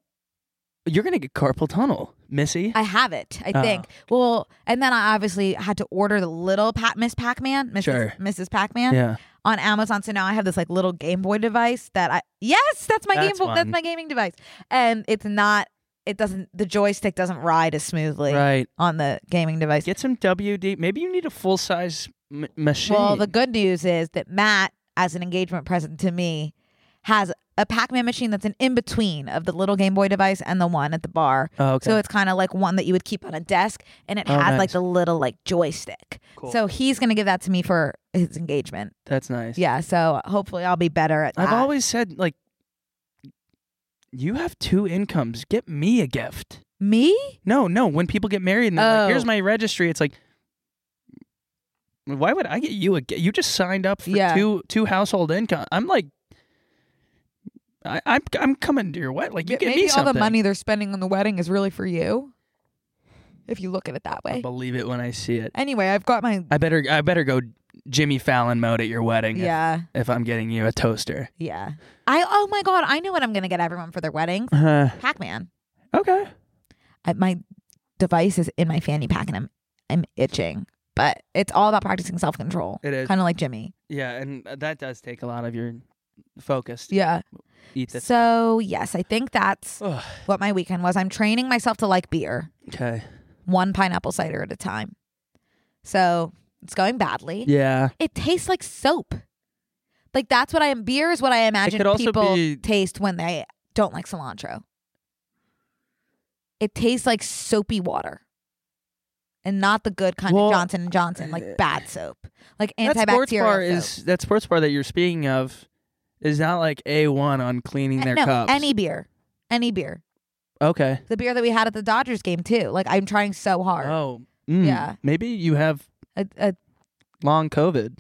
Speaker 1: you're gonna get carpal tunnel, Missy.
Speaker 2: I have it, I
Speaker 1: Oh.
Speaker 2: think. Well, and then I obviously had to order the little Pat Miss Pac Man, Mrs.
Speaker 1: Sure.
Speaker 2: Mrs. Pac Man
Speaker 1: yeah,
Speaker 2: on Amazon. So now I have this like little Game Boy device that I yes, that's my
Speaker 1: That's
Speaker 2: Game Boy. That's
Speaker 1: fun.
Speaker 2: my gaming device, and it's not. It doesn't. The joystick doesn't ride as smoothly
Speaker 1: right.
Speaker 2: on the gaming device.
Speaker 1: Get some WD. Maybe you need a full size m- machine.
Speaker 2: Well, the good news is that Matt, as an engagement present to me, has a Pac Man machine that's an in between of the little Game Boy device and the one at the bar.
Speaker 1: oh, okay.
Speaker 2: So it's kind of like one that you would keep on a desk, and it
Speaker 1: Oh,
Speaker 2: has like
Speaker 1: nice.
Speaker 2: the little like joystick.
Speaker 1: Cool.
Speaker 2: So he's gonna give that to me for his engagement.
Speaker 1: that's nice.
Speaker 2: Yeah. uh, So hopefully I'll be better at that.
Speaker 1: I've always said like, you have two incomes. Get me a gift.
Speaker 2: me.
Speaker 1: No, no. When people get married and they're
Speaker 2: Oh.
Speaker 1: like, here's my registry, it's like, why would I get you a gift? You just signed up for
Speaker 2: Yeah.
Speaker 1: two two household income. I'm like, I, I'm I'm coming to your wedding. Like you
Speaker 2: Ma-
Speaker 1: get
Speaker 2: Maybe
Speaker 1: me
Speaker 2: all
Speaker 1: something.
Speaker 2: the money they're spending on the wedding is really for you. If you look at it that
Speaker 1: I
Speaker 2: way.
Speaker 1: believe it when I see it.
Speaker 2: Anyway, I've got my.
Speaker 1: I better I better go Jimmy Fallon mode at your wedding. if-
Speaker 2: Yeah.
Speaker 1: If, I'm getting you a toaster.
Speaker 2: Yeah. I. Oh my God. I know what I'm gonna get everyone for their wedding.
Speaker 1: Uh,
Speaker 2: Pac Man.
Speaker 1: okay.
Speaker 2: My device is in my fanny pack and I'm I'm itching. But it's all about practicing self control.
Speaker 1: It is.
Speaker 2: Kind of like Jimmy.
Speaker 1: Yeah, and that does take a lot of your focus. To
Speaker 2: Yeah.
Speaker 1: Eat this.
Speaker 2: So yes, I think that's
Speaker 1: Ugh.
Speaker 2: what my weekend was. I'm training myself to like beer,
Speaker 1: okay.
Speaker 2: one pineapple cider at a time. So it's going badly.
Speaker 1: Yeah.
Speaker 2: It tastes like soap. Like that's what I am. Beer is what I imagine
Speaker 1: could also
Speaker 2: people
Speaker 1: be-
Speaker 2: taste when they don't like cilantro. It tastes like soapy water, and not the good kind
Speaker 1: Well, uh,
Speaker 2: of Johnson and Johnson, like bad soap, like antibacterial.
Speaker 1: that sports bar
Speaker 2: soap.
Speaker 1: is that sports bar that you're speaking of is not like a one on cleaning their
Speaker 2: Eh, no
Speaker 1: cups.
Speaker 2: any beer, any beer.
Speaker 1: okay.
Speaker 2: The beer that we had at the Dodgers game too. Like I'm trying so hard.
Speaker 1: Oh. Mm.
Speaker 2: Yeah.
Speaker 1: Maybe you have
Speaker 2: A- a-
Speaker 1: long COVID.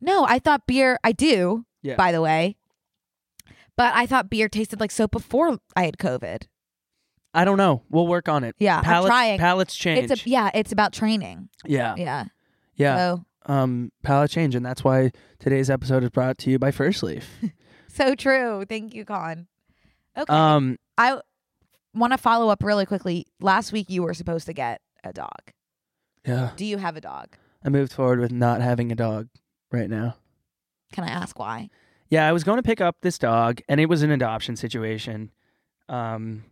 Speaker 2: no, I thought beer. I do,
Speaker 1: Yeah.
Speaker 2: by the way. But I thought beer tasted like soap before I had COVID.
Speaker 1: I don't know. We'll work on it.
Speaker 2: Yeah,
Speaker 1: Palates,
Speaker 2: I'm trying.
Speaker 1: palates change.
Speaker 2: It's a, yeah, it's about training.
Speaker 1: yeah.
Speaker 2: Yeah.
Speaker 1: Yeah.
Speaker 2: So
Speaker 1: Um, palate change, and that's why today's episode is brought to you by First Leaf.
Speaker 2: so true. Thank you, Con. Okay.
Speaker 1: Um,
Speaker 2: I want to follow up really quickly. Last week you were supposed to get a dog.
Speaker 1: Yeah.
Speaker 2: Do you have a dog?
Speaker 1: I moved forward with not having a dog right now.
Speaker 2: Can I ask why?
Speaker 1: Yeah, I was going to pick up this dog, and it was an adoption situation. Um,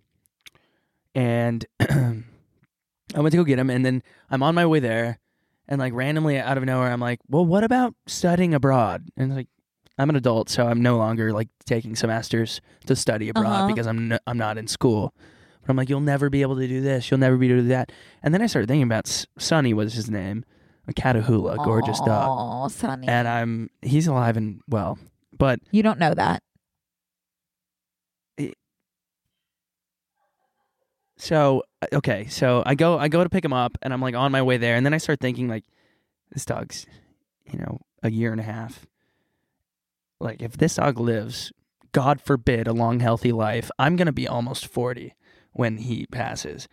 Speaker 1: and I went to go get him, and then I'm on my way there, and like randomly out of nowhere, I'm like, "Well, what about studying abroad?" And like, I'm an adult, so I'm no longer like taking semesters to study abroad
Speaker 2: Uh-huh.
Speaker 1: because I'm n- I'm not in school. But I'm like, "You'll never be able to do this. You'll never be able to do that." And then I started thinking about S- Sonny was his name, a Catahoula, gorgeous dog
Speaker 2: Oh, Sonny.
Speaker 1: and I'm he's alive and well, but
Speaker 2: you don't know that.
Speaker 1: so uh, okay, so I go I go to pick him up, and I'm like on my way there, and then I start thinking like this dog's, you know, a year and a half. Like if this dog lives, God forbid, a long healthy life, I'm gonna be almost forty when he passes,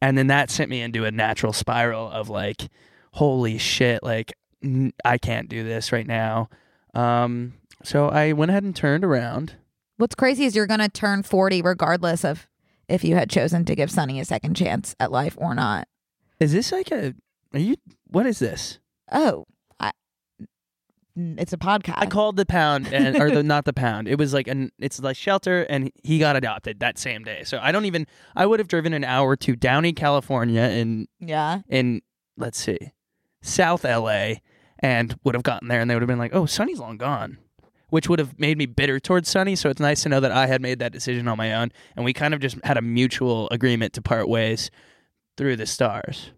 Speaker 1: and then that sent me into a natural spiral of like, holy shit, like n- I can't do this right now. Um, so I went ahead and turned around.
Speaker 2: What's crazy is you're going to turn 40 regardless of if you had chosen to give Sonny a second chance at life or not.
Speaker 1: Is this like a? Are you? What is this?
Speaker 2: Oh, I, n- it's a podcast.
Speaker 1: I called the pound, and or the not the pound. It was like an. It's like shelter, and he got adopted that same day. So I don't even. I would have driven an hour to Downey, California, in
Speaker 2: yeah.
Speaker 1: in let's see, South L.A., and would have gotten there, and they would have been like, "Oh, Sonny's long gone," which would have made me bitter towards Sonny. So it's nice to know that I had made that decision on my own, and we kind of just had a mutual agreement to part ways through the stars.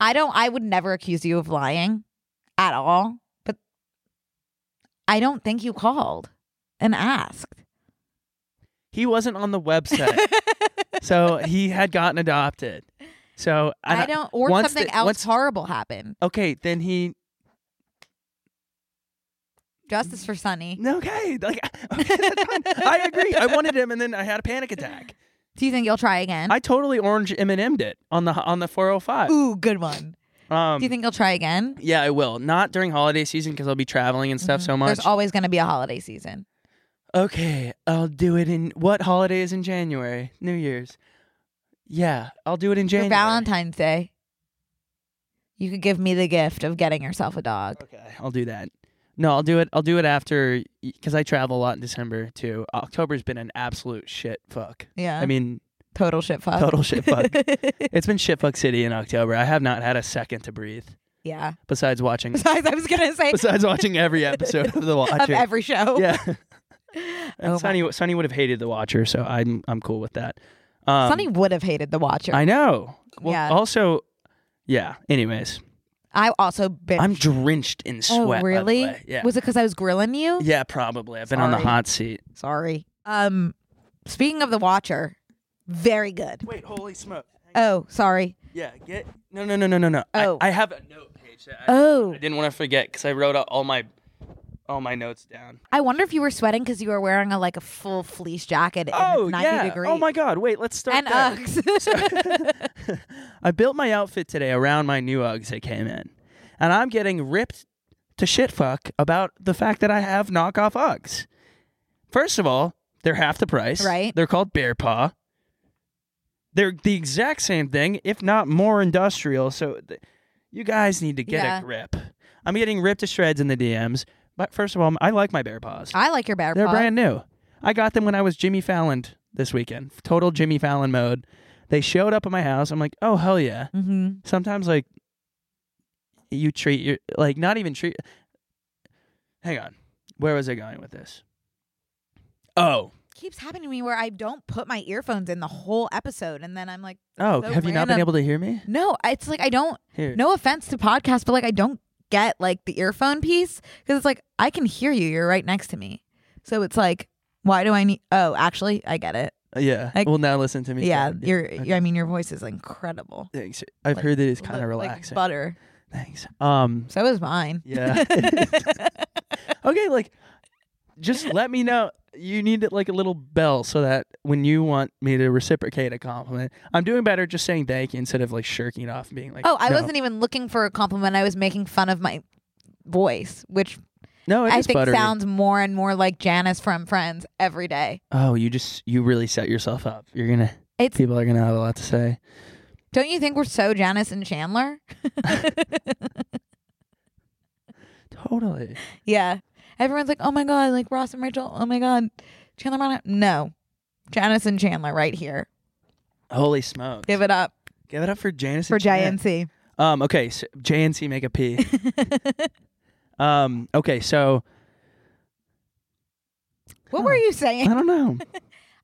Speaker 2: I don't I would never accuse you of lying at all, but I don't think you called and asked.
Speaker 1: He wasn't on the website. so he had gotten adopted. So I,
Speaker 2: I don't or
Speaker 1: once
Speaker 2: something
Speaker 1: the-
Speaker 2: else
Speaker 1: once-
Speaker 2: horrible happened.
Speaker 1: okay, then he
Speaker 2: Justice for Sunny.
Speaker 1: no, okay. Like okay, that's fine. I agree. I wanted him, and then I had a panic attack.
Speaker 2: Do you think you'll try again?
Speaker 1: I totally orange M and M'd it on the on the four hundred five.
Speaker 2: Ooh, good one.
Speaker 1: Um,
Speaker 2: Do you think you'll try again?
Speaker 1: Yeah, I will. Not during holiday season because I'll be traveling and stuff
Speaker 2: Mhm.
Speaker 1: so much.
Speaker 2: There's always going to be a holiday season.
Speaker 1: okay, I'll do it in what holiday is in January? New Year's. Yeah, I'll do it in January.
Speaker 2: For Valentine's Day, you could give me the gift of getting yourself a dog.
Speaker 1: Okay, I'll do that. No, I'll do it. I'll do it after because I travel a lot in December too. October's been an absolute shit fuck.
Speaker 2: Yeah.
Speaker 1: I mean,
Speaker 2: total shit fuck.
Speaker 1: total shit fuck. it's been shit fuck city in October. I have not had a second to breathe
Speaker 2: yeah.
Speaker 1: besides watching
Speaker 2: Besides, I was going to say
Speaker 1: besides watching every episode of The
Speaker 2: of
Speaker 1: Watcher.
Speaker 2: every show.
Speaker 1: yeah,
Speaker 2: Oh
Speaker 1: and
Speaker 2: my
Speaker 1: Sonny Sonny would have hated The Watcher, so I'm I'm cool with that. Um,
Speaker 2: Sonny would have hated The Watcher. I,
Speaker 1: I know. Well,
Speaker 2: Yeah.
Speaker 1: Also, yeah. Anyways,
Speaker 2: also been.
Speaker 1: I'm drenched in sweat.
Speaker 2: oh
Speaker 1: by the
Speaker 2: really?
Speaker 1: way. Yeah.
Speaker 2: Was it because I was grilling you?
Speaker 1: yeah, probably. I've been on the
Speaker 2: Sorry.
Speaker 1: hot seat.
Speaker 2: Sorry. Um, speaking of The Watcher, very good.
Speaker 1: Wait, holy smoke.
Speaker 2: Oh, sorry.
Speaker 1: Yeah, get no, no, no, no, no, no.
Speaker 2: Oh.
Speaker 1: I, I have a note page. That I,
Speaker 2: Oh,
Speaker 1: I didn't want to forget because I wrote out all my all my notes down.
Speaker 2: I wonder if you were sweating because you were wearing a like a full fleece jacket. and
Speaker 1: Oh
Speaker 2: it's 90
Speaker 1: yeah.
Speaker 2: Degrees.
Speaker 1: Oh my God. Wait, let's start.
Speaker 2: And
Speaker 1: there.
Speaker 2: Uggs.
Speaker 1: So- I built my outfit today around my new Uggs that came in, and I'm getting ripped to shit fuck about the fact that I have knockoff Uggs. First of all, they're half the price.
Speaker 2: Right.
Speaker 1: They're called Bear Paw. They're the exact same thing, if not more industrial. So, th- you guys need to get
Speaker 2: Yeah.
Speaker 1: a grip. I'm getting ripped to shreds in the DMs. But first of all, I like my Bear Paws.
Speaker 2: I like your bear
Speaker 1: They're
Speaker 2: paw.
Speaker 1: brand new. I got them when I was Jimmy Fallon this weekend. Total Jimmy Fallon mode. They showed up at my house. I'm like, oh hell yeah.
Speaker 2: hmm
Speaker 1: Sometimes like you treat your like not even treat. Hang on, where was I going with this? Oh,
Speaker 2: Keeps happening to me where I don't put my earphones in the whole episode, and then I'm like,
Speaker 1: oh,
Speaker 2: So
Speaker 1: have you not been
Speaker 2: random.
Speaker 1: able to hear me?
Speaker 2: no, it's like I don't.
Speaker 1: Here,
Speaker 2: No offense to podcasts, but like I don't get like the earphone piece because it's like I can hear you. You're right next to me, so it's like, why do I need? Oh, actually, I get it.
Speaker 1: Uh, yeah.
Speaker 2: I-
Speaker 1: well, now listen to me.
Speaker 2: yeah,
Speaker 1: Dad.
Speaker 2: your.
Speaker 1: okay.
Speaker 2: I mean, your voice is incredible.
Speaker 1: Thanks. I've
Speaker 2: like,
Speaker 1: heard that it's kind of
Speaker 2: Look like
Speaker 1: relaxing.
Speaker 2: butter.
Speaker 1: Thanks. Um.
Speaker 2: So is mine.
Speaker 1: Yeah. okay, like just let me know. You need like a little bell so that when you want me to reciprocate a compliment, I'm doing better just saying thank you instead of like shirking it off and being like,
Speaker 2: oh, I
Speaker 1: no.
Speaker 2: wasn't even looking for a compliment. I was making fun of my voice, which
Speaker 1: No, Oh, it
Speaker 2: I
Speaker 1: is
Speaker 2: think
Speaker 1: buttery.
Speaker 2: sounds more and more like Janice from Friends every day.
Speaker 1: oh, you just you really set yourself up. You're gonna
Speaker 2: It's
Speaker 1: people are gonna have a lot to say.
Speaker 2: Don't you think we're so Janice and Chandler?
Speaker 1: Totally.
Speaker 2: Yeah. Everyone's like, oh my God, like Ross and Rachel. Oh my God. Chandler Monahan. No. Janice and Chandler right here.
Speaker 1: Holy smokes.
Speaker 2: Give it up
Speaker 1: Give it up for Janice
Speaker 2: for
Speaker 1: and Jan.
Speaker 2: JNC.
Speaker 1: Um, okay, so JNC make a P. um, okay, so
Speaker 2: what were you
Speaker 1: I
Speaker 2: saying?
Speaker 1: don't know.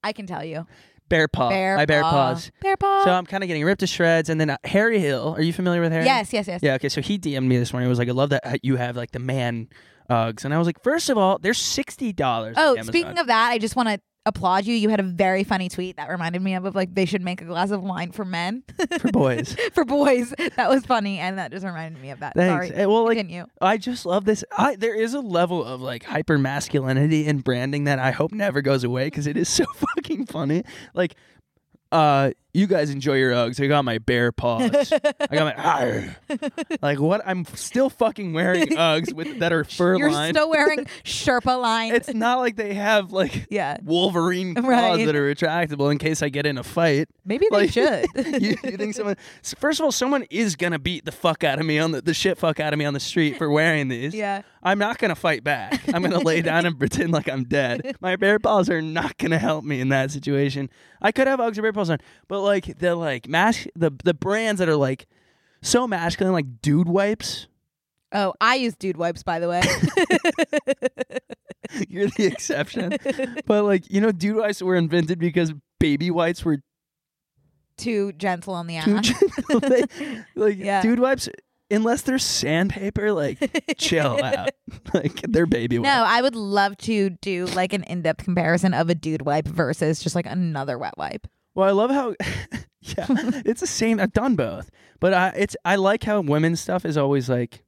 Speaker 2: I can tell you.
Speaker 1: Bear paw.
Speaker 2: Bear
Speaker 1: I Uh, bear
Speaker 2: paw.
Speaker 1: paws.
Speaker 2: Bear paw.
Speaker 1: So I'm kind of getting ripped to shreds. And then uh, Harry Hill. Are you familiar with Harry?
Speaker 2: yes, yes, yes.
Speaker 1: Yeah. Okay. So he DM'd me this morning. He was like, "I love that uh, you have like the man Uggs," and I was like, first of all, they're sixty dollars."
Speaker 2: Oh, speaking of that, I just want to applaud you. You had a very funny tweet that reminded me of, of like they should make a glass of wine for men,
Speaker 1: for boys,
Speaker 2: for boys. That was funny, and that just reminded me of that.
Speaker 1: thanks.
Speaker 2: Sorry,
Speaker 1: Eh, Well, like
Speaker 2: continue.
Speaker 1: I just love this. I there is a level of like hyper masculinity and branding that I hope never goes away because it is so fucking funny. Like, uh, you guys enjoy your Uggs. I got my bear paws. I got my Arr. like what? I'm still fucking wearing Uggs with that are fur
Speaker 2: You're
Speaker 1: lined.
Speaker 2: still wearing Sherpa line.
Speaker 1: it's not like they have like
Speaker 2: yeah,
Speaker 1: Wolverine claws
Speaker 2: Right.
Speaker 1: that are retractable in case I get in a fight.
Speaker 2: maybe they
Speaker 1: Like-
Speaker 2: should.
Speaker 1: you, you think someone? s- First of all, someone is gonna beat the fuck out of me on the, the shit fuck out of me on the street for wearing these.
Speaker 2: yeah,
Speaker 1: I'm not gonna fight back. I'm gonna lay down and pretend like I'm dead. My bear paws are not gonna help me in that situation. I could have Uggs or bear paws on, but like the like mas- the the brands that are like so masculine, like dude wipes.
Speaker 2: Oh, I use dude wipes, by the way.
Speaker 1: You're the exception, but like you know, dude wipes were invented because baby wipes were
Speaker 2: Too gentle on the
Speaker 1: too
Speaker 2: ass.
Speaker 1: gentle. They- like
Speaker 2: Uh-huh. Yeah.
Speaker 1: dude wipes, unless they're sandpaper, like chill out. like they're baby wipes.
Speaker 2: No, I would love to do like an in-depth comparison of a dude wipe versus just like another wet wipe.
Speaker 1: Well, I love how yeah, it's the same. I've done both, but I it's I like how women's stuff is always like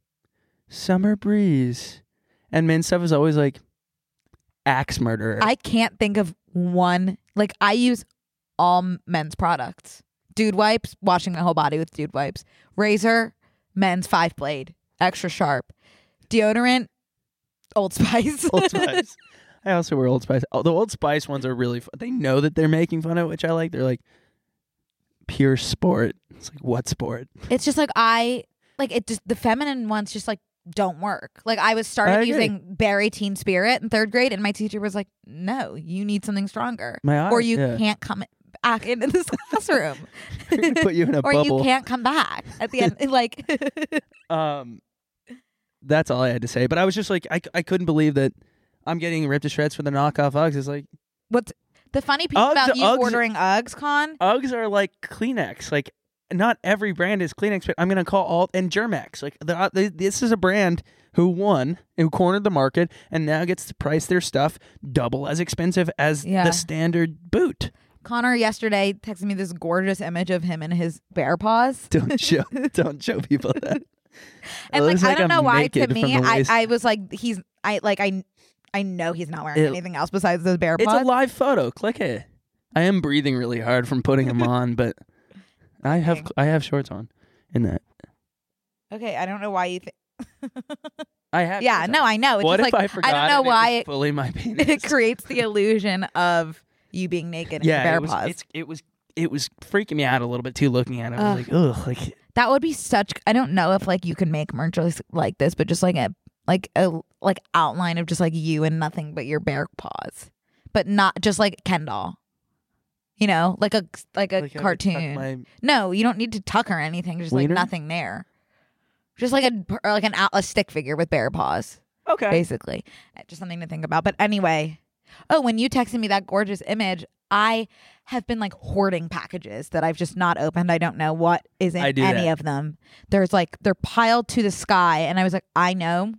Speaker 1: summer breeze, and men's stuff is always like axe murderer.
Speaker 2: I can't think of one. Like I use all m- men's products. Dude wipes, washing my whole body with dude wipes. Razor, men's five blade, extra sharp. Deodorant, Old Spice.
Speaker 1: Old Spice. I also wear Old Spice. Oh, the Old Spice ones are really fun. They know that they're making fun of, it, which I like. They're like pure sport. It's like what sport?
Speaker 2: it's just like I like it. Just the feminine ones just like don't work. Like I was started
Speaker 1: I agree.
Speaker 2: using Berry Teen Spirit in third grade, and my teacher was like, "No, you need something stronger,
Speaker 1: My eyes.
Speaker 2: or you
Speaker 1: yeah.
Speaker 2: can't come back into this classroom,
Speaker 1: We're gonna put you in a
Speaker 2: or
Speaker 1: bubble.
Speaker 2: you can't come back at the end." Like.
Speaker 1: um that's all i had to say but i was just like i, I couldn't believe that i'm getting ripped to shreds for the knockoff uggs it's like
Speaker 2: What's the funny piece
Speaker 1: Uggs-
Speaker 2: about you
Speaker 1: Uggs-
Speaker 2: ordering Uggs, Con?
Speaker 1: uggs are like kleenex like not every brand is kleenex but i'm gonna call all and germex like the, uh, th- this is a brand who won who cornered the market and now gets to price their stuff double as expensive as
Speaker 2: Yeah.
Speaker 1: the standard boot
Speaker 2: Connor yesterday texted me this gorgeous image of him and his bear paws.
Speaker 1: don't show don't show people that It
Speaker 2: And like,
Speaker 1: looks
Speaker 2: I don't
Speaker 1: I'm
Speaker 2: know why to
Speaker 1: naked from
Speaker 2: me
Speaker 1: the
Speaker 2: I,
Speaker 1: waist.
Speaker 2: I was like he's I like I I know he's not wearing
Speaker 1: It-
Speaker 2: anything else besides those bear
Speaker 1: it's a
Speaker 2: paws.
Speaker 1: live photo click it i am breathing really hard from putting them on but i have
Speaker 2: Okay.
Speaker 1: i have shorts on in that
Speaker 2: okay, I don't know why you think
Speaker 1: I have.
Speaker 2: Yeah,
Speaker 1: shorts
Speaker 2: no,
Speaker 1: on.
Speaker 2: I know. It's
Speaker 1: what
Speaker 2: just
Speaker 1: if
Speaker 2: like
Speaker 1: I forgot?
Speaker 2: don't know
Speaker 1: and it
Speaker 2: why
Speaker 1: was
Speaker 2: it-
Speaker 1: fully my penis.
Speaker 2: it creates the illusion of you being naked in
Speaker 1: yeah,
Speaker 2: bear
Speaker 1: it was,
Speaker 2: paws.
Speaker 1: It's, it was. It was freaking me out a little bit too. Looking at it, I was like, ugh, like
Speaker 2: That would be such I don't know if like you can make merch like- like this, but just like a like a like outline of just like you and nothing but your bear paws. But not just like Ken doll. You know, like a like
Speaker 1: like,
Speaker 2: a
Speaker 1: I would tuck
Speaker 2: cartoon.
Speaker 1: my-
Speaker 2: no, you don't need to tuck or anything, just
Speaker 1: Wiener?
Speaker 2: like nothing there. Just like a or like an out, a stick figure with bear paws,
Speaker 1: okay.
Speaker 2: basically. Uh, Just something to think about. But anyway, oh, when you texted me that gorgeous image, I have been like hoarding packages that I've just not opened. I don't know what is in
Speaker 1: I do
Speaker 2: any
Speaker 1: that.
Speaker 2: of them. There's like they're piled to the sky, and I was like, I know.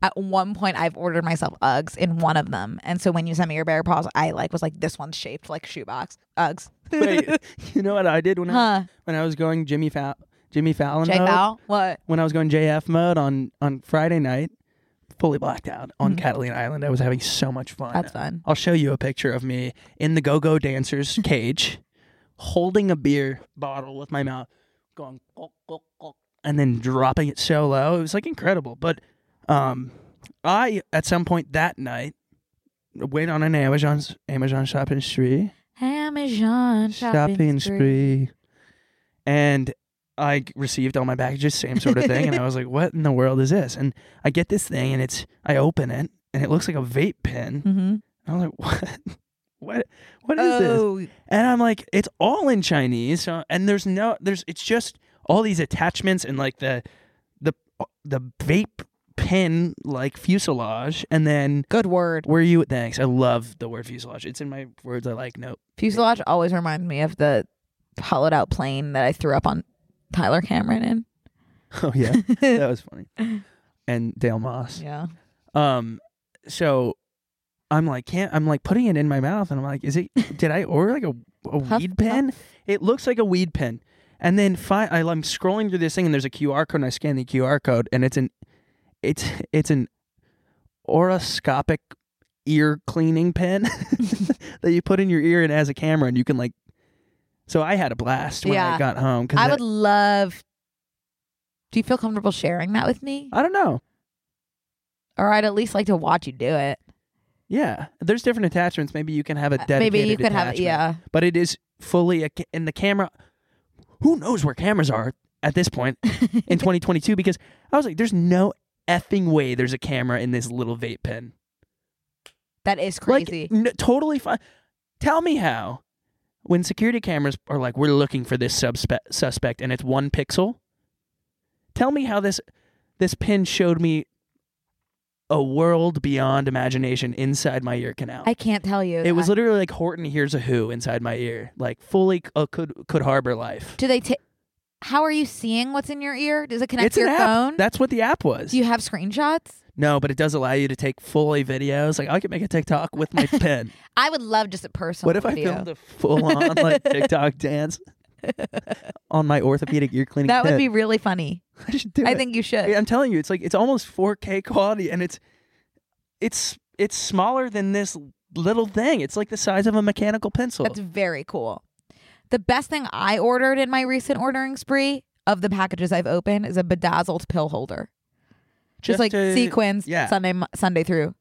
Speaker 2: At one point, I've ordered myself Uggs in one of them, and so when you sent me your bear paws, I like was like, this one's shaped like shoebox Uggs.
Speaker 1: Wait, you know what I did when I
Speaker 2: huh?
Speaker 1: when I was going Jimmy Fow Jimmy Fallon
Speaker 2: Jay
Speaker 1: mode?
Speaker 2: Fowl? What?
Speaker 1: when I was going JF mode on on Friday night, fully blacked out on
Speaker 2: Mhm.
Speaker 1: Catalina Island. I was having so much fun.
Speaker 2: That's fun.
Speaker 1: I'll show you a picture of me in the go go dancer's cage, holding a beer bottle with my mouth, going gulp, gulp, gulp, and then dropping it so low. It was like incredible. But um, I at some point that night went on an Amazon Amazon shopping spree,
Speaker 2: Amazon shopping,
Speaker 1: shopping
Speaker 2: spree.
Speaker 1: spree, and I received all my packages, same sort of thing. and I was like, what in the world is this? And I get this thing, and it's, I open it, and it looks like a vape pen.
Speaker 2: Mm-hmm.
Speaker 1: And I'm like, what? What what is this?
Speaker 2: Oh,
Speaker 1: And I'm like, it's all in Chinese. So, and there's no there's it's just all these attachments and like the the the vape pen like fuselage and then
Speaker 2: good word.
Speaker 1: where you thanks. I love the word fuselage. It's in my words I like note.
Speaker 2: Fuselage always reminds me of the hollowed out plane that I threw up on Tyler Cameron in.
Speaker 1: Oh yeah. that was funny. And Dale Moss.
Speaker 2: yeah.
Speaker 1: Um, so I'm like, can't I'm like putting it in my mouth, and I'm like, is it? Did I order like a, a
Speaker 2: Huff,
Speaker 1: weed pen? It looks like a weed pen. And then fi- I, I'm scrolling through this thing, and there's a QR code, and I scan the QR code, and it's an, it's it's an, oroscopic ear cleaning pen that you put in your ear and it has a camera, and you can like. So I had a blast when I
Speaker 2: Yeah.
Speaker 1: got home because
Speaker 2: I would love. Do you feel comfortable sharing that with me?
Speaker 1: I don't know.
Speaker 2: Or I'd at least like to watch you do it.
Speaker 1: Yeah, there's different attachments. Maybe you can have a dedicated.
Speaker 2: Uh, Maybe you could have,
Speaker 1: attachment.
Speaker 2: yeah.
Speaker 1: but it is fully a, ca- and the camera. Who knows where cameras are at this point in 2022? Because I was like, there's no effing way there's a camera in this little vape pen.
Speaker 2: That is crazy.
Speaker 1: Like, n- totally fine. Tell me how. When security cameras are like, we're looking for this subspe- suspect, and it's one pixel. Tell me how this this pin showed me a world beyond imagination inside my ear canal.
Speaker 2: I can't tell you.
Speaker 1: It was
Speaker 2: I-
Speaker 1: literally like Horton hears a who inside my ear, like fully uh, could could harbor life.
Speaker 2: do they take. How are you seeing what's in your ear? Does it connect
Speaker 1: It's
Speaker 2: to
Speaker 1: an
Speaker 2: your
Speaker 1: app.
Speaker 2: phone?
Speaker 1: That's what the app was.
Speaker 2: do you have screenshots?
Speaker 1: no, but it does allow you to take fully videos. Like I could make a TikTok with my pen.
Speaker 2: I would love just a personal
Speaker 1: what if
Speaker 2: video.
Speaker 1: I filmed a full on like TikTok dance on my orthopedic ear cleaning?
Speaker 2: that would
Speaker 1: pen?
Speaker 2: be really funny.
Speaker 1: I should do
Speaker 2: I
Speaker 1: it.
Speaker 2: think you should.
Speaker 1: Yeah, I'm telling you, it's like it's almost 4K quality, and it's it's it's smaller than this little thing. It's like the size of a mechanical pencil.
Speaker 2: That's very cool. The best thing I ordered in my recent ordering spree of the packages I've opened is a bedazzled pill holder. Just, like
Speaker 1: to-
Speaker 2: sequins
Speaker 1: yeah.
Speaker 2: Sunday mo- Sunday through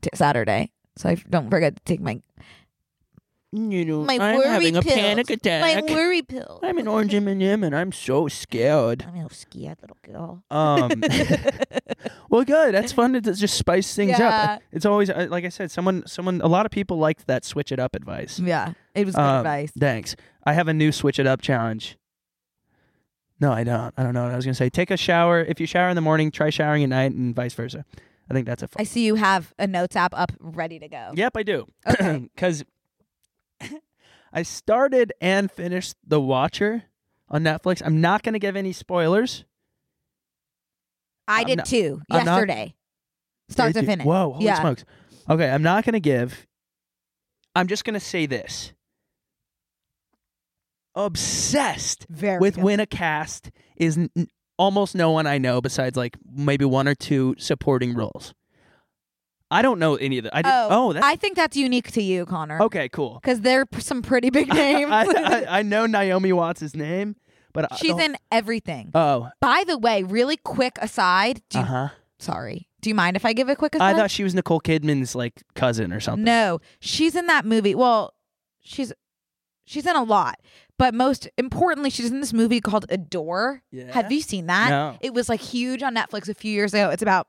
Speaker 2: t- Saturday. So I f- don't forget to take my
Speaker 1: You know,
Speaker 2: My
Speaker 1: I'm
Speaker 2: worry
Speaker 1: having a
Speaker 2: pills.
Speaker 1: panic
Speaker 2: my
Speaker 1: attack.
Speaker 2: worry pill.
Speaker 1: I'm an orange M&M and I'm so scared.
Speaker 2: I'm a little scared little girl.
Speaker 1: Um, well, good. That's fun to just spice things
Speaker 2: Yeah.
Speaker 1: up. It's always uh, like I said. Someone, someone. A lot of people liked that switch it up advice.
Speaker 2: yeah, it was good
Speaker 1: Um,
Speaker 2: advice.
Speaker 1: Thanks. I have a new switch it up challenge. No, I don't. I don't know what I was gonna say. Take a shower. If you shower in the morning, try showering at night, and vice versa. I think that's a fun.
Speaker 2: I see you have a notes app up ready to go.
Speaker 1: Yep, I do.
Speaker 2: Okay.
Speaker 1: Because I started and finished The Watcher on Netflix. I'm not going to give any spoilers.
Speaker 2: I
Speaker 1: I'm
Speaker 2: did
Speaker 1: not-
Speaker 2: too
Speaker 1: I'm not-
Speaker 2: yesterday, start
Speaker 1: Did
Speaker 2: to
Speaker 1: you-
Speaker 2: finish.
Speaker 1: Whoa, holy
Speaker 2: Yeah.
Speaker 1: smokes. Okay, I'm not going to give. I'm just going to say this. Obsessed
Speaker 2: Very
Speaker 1: with
Speaker 2: good.
Speaker 1: when a cast is n- n- almost no one I know besides like maybe one or two supporting roles. I don't know any of the. I did,
Speaker 2: Oh,
Speaker 1: oh, that's
Speaker 2: I think that's unique to you, Connor.
Speaker 1: okay. Cool.
Speaker 2: because they're p- some pretty big names.
Speaker 1: I, I, I know Naomi Watts' name, but I
Speaker 2: She's
Speaker 1: don't-
Speaker 2: in everything.
Speaker 1: Oh,
Speaker 2: By the way, really quick aside. Do
Speaker 1: uh
Speaker 2: you,
Speaker 1: huh.
Speaker 2: Sorry. Do you mind if I give a quick
Speaker 1: I
Speaker 2: aside?
Speaker 1: thought she was Nicole Kidman's like cousin or something.
Speaker 2: no, she's in that movie. Well, she's she's in a lot, but most importantly, she's in this movie called Adore.
Speaker 1: Yeah?
Speaker 2: Have you seen that?
Speaker 1: No.
Speaker 2: It was like huge on Netflix a few years ago. It's about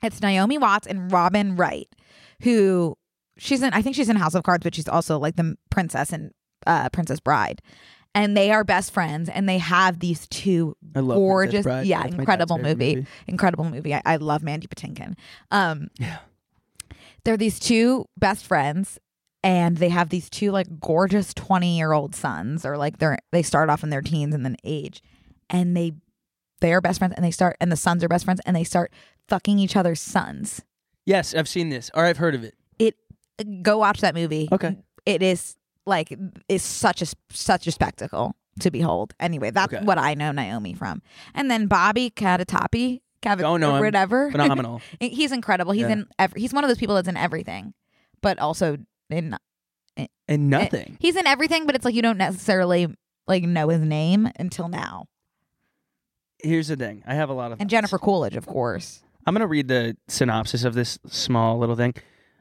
Speaker 2: it's Naomi Watts and Robin Wright, who she's in. I think she's in House of Cards, but she's also like the princess and uh, Princess Bride, and they are best friends, and they have these two
Speaker 1: I love Princess
Speaker 2: gorgeous,
Speaker 1: Bride.
Speaker 2: yeah,
Speaker 1: That's my dad's
Speaker 2: incredible
Speaker 1: favorite
Speaker 2: movie. incredible movie. I, I love Mandy Patinkin. Um,
Speaker 1: Yeah.
Speaker 2: they're these two best friends, and they have these two like gorgeous twenty-year-old sons, or like they're they start off in their teens and then age, and they they are best friends, and they start, and the sons are best friends, and they start fucking each other's sons.
Speaker 1: Yes, I've seen this, or I've heard of it.
Speaker 2: Go watch that movie.
Speaker 1: Okay.
Speaker 2: it is like is such a such a spectacle to behold. Anyway, that's
Speaker 1: Okay.
Speaker 2: what I know Naomi from, and then Bobby Katatapi. Cav-
Speaker 1: Don't know him.
Speaker 2: whatever.
Speaker 1: Phenomenal.
Speaker 2: And He's incredible. He's
Speaker 1: Yeah.
Speaker 2: in every, he's one of those people that's in everything, but also in eh,
Speaker 1: and nothing.
Speaker 2: he's in everything, but it's like you don't necessarily like know his name until now.
Speaker 1: Here's the thing. I have a lot of
Speaker 2: And
Speaker 1: thoughts.
Speaker 2: Jennifer Coolidge, of course.
Speaker 1: I'm going to read the synopsis of this small little thing.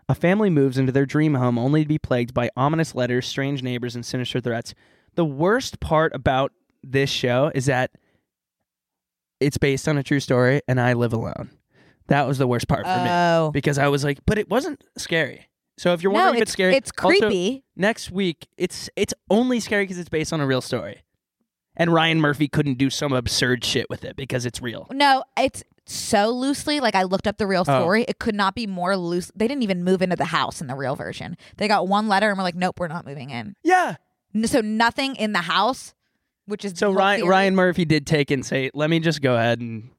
Speaker 1: A family moves into their dream home only to be plagued by ominous letters, strange neighbors, and sinister threats. The worst part about this show is that it's based on a true story and I live alone. That was the worst part for me
Speaker 2: Oh.
Speaker 1: because I was like, but it wasn't scary. So if you're wondering
Speaker 2: no,
Speaker 1: if
Speaker 2: it's,
Speaker 1: it's scary,
Speaker 2: it's
Speaker 1: also,
Speaker 2: creepy.
Speaker 1: next week, it's it's only scary because it's based on a real story, and Ryan Murphy couldn't do some absurd shit with it because it's real.
Speaker 2: no, it's so loosely. Like I looked up the real
Speaker 1: Oh.
Speaker 2: story. It could not be more loose. They didn't even move into the house in the real version. They got one letter and were like, "Nope, we're not moving in."
Speaker 1: Yeah.
Speaker 2: N- So nothing in the house, which is
Speaker 1: So
Speaker 2: the whole
Speaker 1: Ryan
Speaker 2: theory-
Speaker 1: Ryan Murphy did take and say, "Let me just go ahead and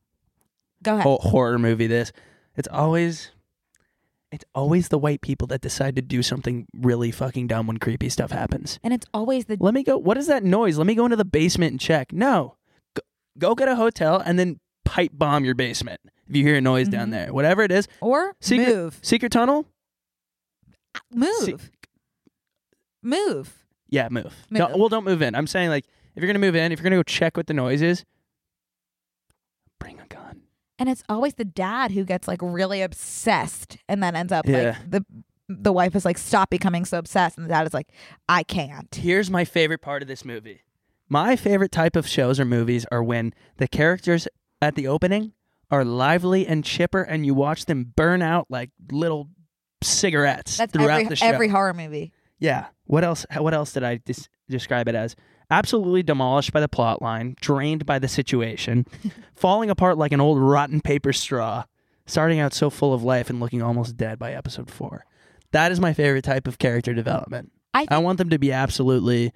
Speaker 2: go ahead.
Speaker 1: ho- horror movie this." It's always, it's always the white people that decide to do something really fucking dumb when creepy stuff happens.
Speaker 2: And it's always the
Speaker 1: Let me go. What is that noise? Let me go into the basement and check. No, go, go get a hotel and then pipe bomb your basement if you hear a noise down
Speaker 2: Mhm.
Speaker 1: there. Whatever it is,
Speaker 2: or
Speaker 1: Secret-
Speaker 2: move,
Speaker 1: secret tunnel.
Speaker 2: move,
Speaker 1: Se-
Speaker 2: move.
Speaker 1: Yeah, move.
Speaker 2: Mo-
Speaker 1: Don't- well, don't move in. I'm saying like if you're gonna move in, if you're gonna go check what the noise is, bring a gun.
Speaker 2: And it's always the dad who gets like really obsessed and then ends up
Speaker 1: Yeah.
Speaker 2: like the the wife is like, stop becoming so obsessed, and the dad is like, I can't.
Speaker 1: Here's my favorite part of this movie. My favorite type of shows or movies are when the characters at the opening are lively and chipper, and you watch them burn out like little cigarettes
Speaker 2: That's
Speaker 1: throughout
Speaker 2: every
Speaker 1: the show.
Speaker 2: every horror movie.
Speaker 1: Yeah. What else? What else did I dis- describe it as? Absolutely demolished by the plot line, drained by the situation, falling apart like an old rotten paper straw, starting out so full of life and looking almost dead by episode four. That is my favorite type of character development.
Speaker 2: I think-
Speaker 1: I want them to be absolutely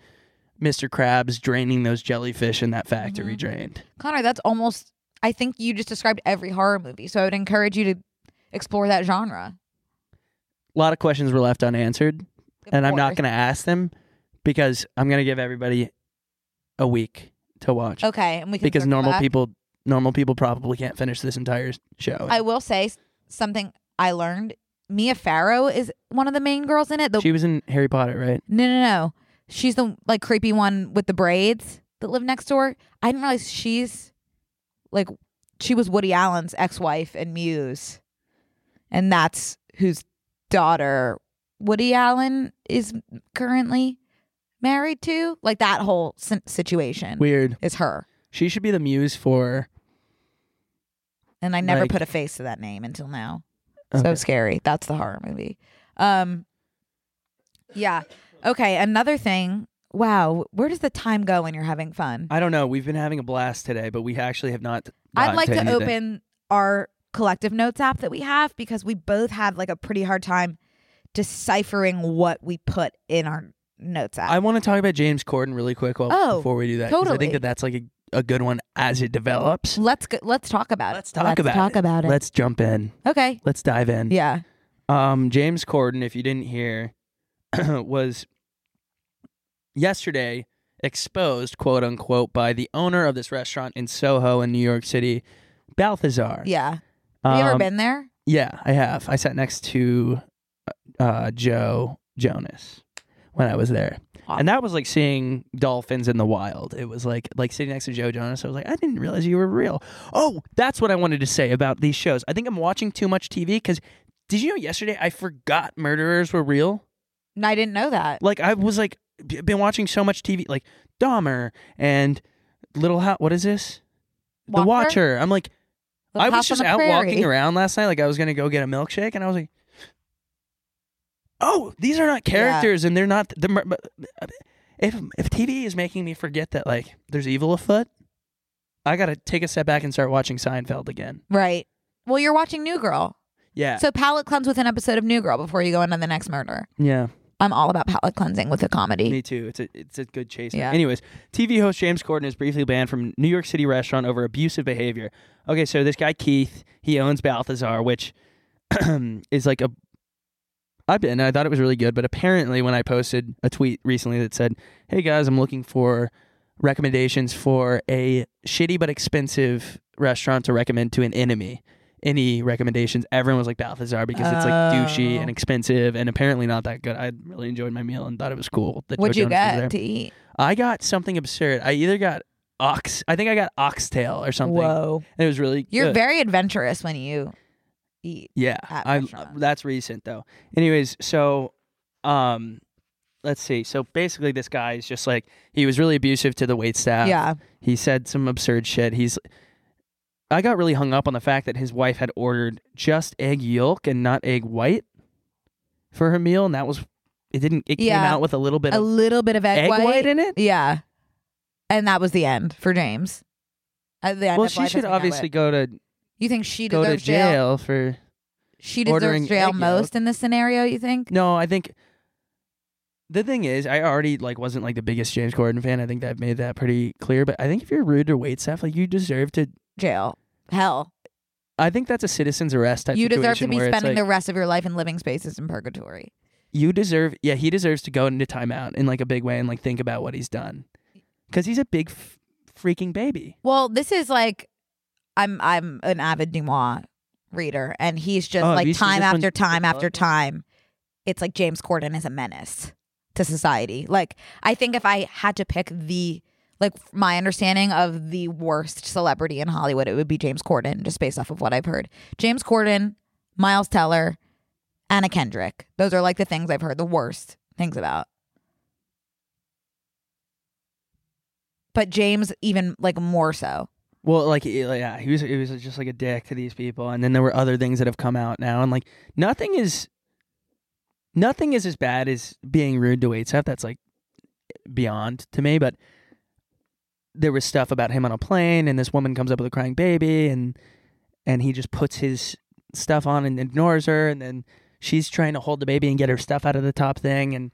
Speaker 1: Mr. Krabs draining those jellyfish in that factory
Speaker 2: Mhm.
Speaker 1: drained.
Speaker 2: Connor, that's almost. I think you just described every horror movie, so I would encourage you to explore that genre.
Speaker 1: A lot of questions were left unanswered,
Speaker 2: Of
Speaker 1: and I'm not
Speaker 2: course.
Speaker 1: going to ask them because I'm going to give everybody a week to watch.
Speaker 2: Okay, and we can
Speaker 1: because
Speaker 2: circle
Speaker 1: normal
Speaker 2: back.
Speaker 1: people normal people probably can't finish this entire show.
Speaker 2: I will say s- something I learned. Mia Farrow is one of the main girls in it. The,
Speaker 1: she was in Harry Potter, right?
Speaker 2: no, no, no. She's the like creepy one with the braids that live next door. I didn't realize she's like she was Woody Allen's ex-wife and muse, and that's whose daughter Woody Allen is currently married to. Like that whole sin- situation
Speaker 1: Weird.
Speaker 2: is her,
Speaker 1: She should be the muse for.
Speaker 2: and I never
Speaker 1: Like-
Speaker 2: put a face to that name until now.
Speaker 1: Okay.
Speaker 2: So scary. That's the horror movie. Um Yeah. Okay, another thing. Wow, where does the time go when you're having fun?
Speaker 1: I don't know. We've been having a blast today, but we actually have not.
Speaker 2: I'd
Speaker 1: gotten
Speaker 2: like to
Speaker 1: anything.
Speaker 2: open our collective notes app that we have because we both had like a pretty hard time deciphering what we put in our notes app.
Speaker 1: I want to talk about James Corden really quick while,
Speaker 2: Oh,
Speaker 1: before we do that. 'cause I
Speaker 2: totally.
Speaker 1: think that that's like a, a good one as it develops.
Speaker 2: let's go, let's talk about
Speaker 1: Let's
Speaker 2: it.
Speaker 1: talk
Speaker 2: let's
Speaker 1: about
Speaker 2: talk
Speaker 1: it.
Speaker 2: about it.
Speaker 1: Let's jump in.
Speaker 2: okay.
Speaker 1: Let's dive in.
Speaker 2: Yeah.
Speaker 1: Um, James Corden, if you didn't hear, was yesterday exposed, quote unquote, by the owner of this restaurant in Soho in New York City, Balthazar.
Speaker 2: Yeah. Have you ever
Speaker 1: Um,
Speaker 2: been there?
Speaker 1: Yeah, I have. I sat next to uh, Joe Jonas when I was there,
Speaker 2: Wow.
Speaker 1: and that was like seeing dolphins in the wild. It was like like sitting next to Joe Jonas. I was like, I didn't realize you were real. Oh, that's what I wanted to say about these shows. I think I'm watching too much TV because. Did you know yesterday I forgot murderers were real?
Speaker 2: No, I didn't know that.
Speaker 1: Like I was like b- been watching so much TV, like Dahmer and Little House. What is this? The
Speaker 2: Walker?
Speaker 1: Watcher. I'm like,
Speaker 2: The
Speaker 1: I was
Speaker 2: house on
Speaker 1: just
Speaker 2: the
Speaker 1: out walking
Speaker 2: prairie.
Speaker 1: around last night. Like I was gonna go get a milkshake, and I was like, "Oh, these are not characters, and they're not the." mur- but- If if TV is making me forget that like there's evil afoot, I gotta take a step back and start watching Seinfeld again.
Speaker 2: Right. Well, you're watching New Girl.
Speaker 1: Yeah,
Speaker 2: So palate cleanse with an episode of New Girl before you go into the next murder.
Speaker 1: yeah,
Speaker 2: I'm all about palate cleansing with a comedy.
Speaker 1: me too. It's a it's a good chase.
Speaker 2: Yeah.
Speaker 1: Anyways, TV host James Corden is briefly banned from New York City restaurant over abusive behavior. Okay, so this guy Keith, he owns Balthazar, which is like a I've been and I thought it was really good, but apparently when I posted a tweet recently that said, "Hey guys, I'm looking for recommendations for a shitty but expensive restaurant to recommend to an enemy." Any recommendations? Everyone was like Balthazar because it's like douchey
Speaker 2: Oh.
Speaker 1: and expensive and apparently not that good. I really enjoyed my meal and thought it was cool. that
Speaker 2: What'd
Speaker 1: Joe
Speaker 2: you
Speaker 1: Jonas was there.
Speaker 2: get to eat?
Speaker 1: I got something absurd. I either got ox. I think I got oxtail or something.
Speaker 2: Whoa.
Speaker 1: And it was really
Speaker 2: You're
Speaker 1: good.
Speaker 2: very adventurous when you eat.
Speaker 1: yeah.
Speaker 2: at
Speaker 1: I
Speaker 2: restaurants.
Speaker 1: that's recent though. Anyways, so um, let's see. So basically, this guy is just like he was really abusive to the wait staff.
Speaker 2: yeah.
Speaker 1: He said some absurd shit. He's. I got really hung up on the fact that his wife had ordered just egg yolk and not egg white for her meal, and that was it. Didn't it came
Speaker 2: Yeah.
Speaker 1: out with a little bit
Speaker 2: A
Speaker 1: of
Speaker 2: little bit of egg,
Speaker 1: egg
Speaker 2: white.
Speaker 1: white in it?
Speaker 2: Yeah. And that was the end for James. Uh, the end
Speaker 1: Well,
Speaker 2: of
Speaker 1: she
Speaker 2: life
Speaker 1: should
Speaker 2: as we know
Speaker 1: obviously
Speaker 2: it.
Speaker 1: go to
Speaker 2: You think she
Speaker 1: go
Speaker 2: deserves
Speaker 1: to
Speaker 2: jail?
Speaker 1: jail for.
Speaker 2: She deserves
Speaker 1: ordering
Speaker 2: jail
Speaker 1: egg
Speaker 2: most in this scenario. You think?
Speaker 1: No, I think the thing is, I already like wasn't like the biggest James Corden fan. I think that made that pretty clear. But I think if you're rude to wait staff, like you deserve to.
Speaker 2: Jail. Hell.
Speaker 1: I think that's a citizen's arrest type.
Speaker 2: You deserve to
Speaker 1: situation
Speaker 2: be
Speaker 1: where it's,
Speaker 2: spending the
Speaker 1: like,
Speaker 2: rest of your life in living spaces in purgatory.
Speaker 1: You deserve. Yeah, he deserves to go into timeout in like a big way and like think about what he's done, because he's a big f- freaking baby.
Speaker 2: Well, this is like I'm I'm an avid Dumas reader and he's just
Speaker 1: Oh, have
Speaker 2: like
Speaker 1: you seen
Speaker 2: time
Speaker 1: this one?
Speaker 2: after time after
Speaker 1: Blood?
Speaker 2: time it's like James Corden is a menace to society. Like I think if I had to pick the like my understanding of the worst celebrity in Hollywood it would be James Corden just based off of what I've heard. James Corden, Miles Teller, Anna Kendrick. Those are like the things I've heard the worst things about. But James even like more so.
Speaker 1: Well, like, he- like, yeah, he was he was just like a dick to these people, and then there were other things that have come out now, and like nothing is, nothing is as bad as being rude to wait staff. That's like beyond to me, but there was stuff about him on a plane, and this woman comes up with a crying baby, and and he just puts his stuff on and ignores her, and then she's trying to hold the baby and get her stuff out of the top thing, and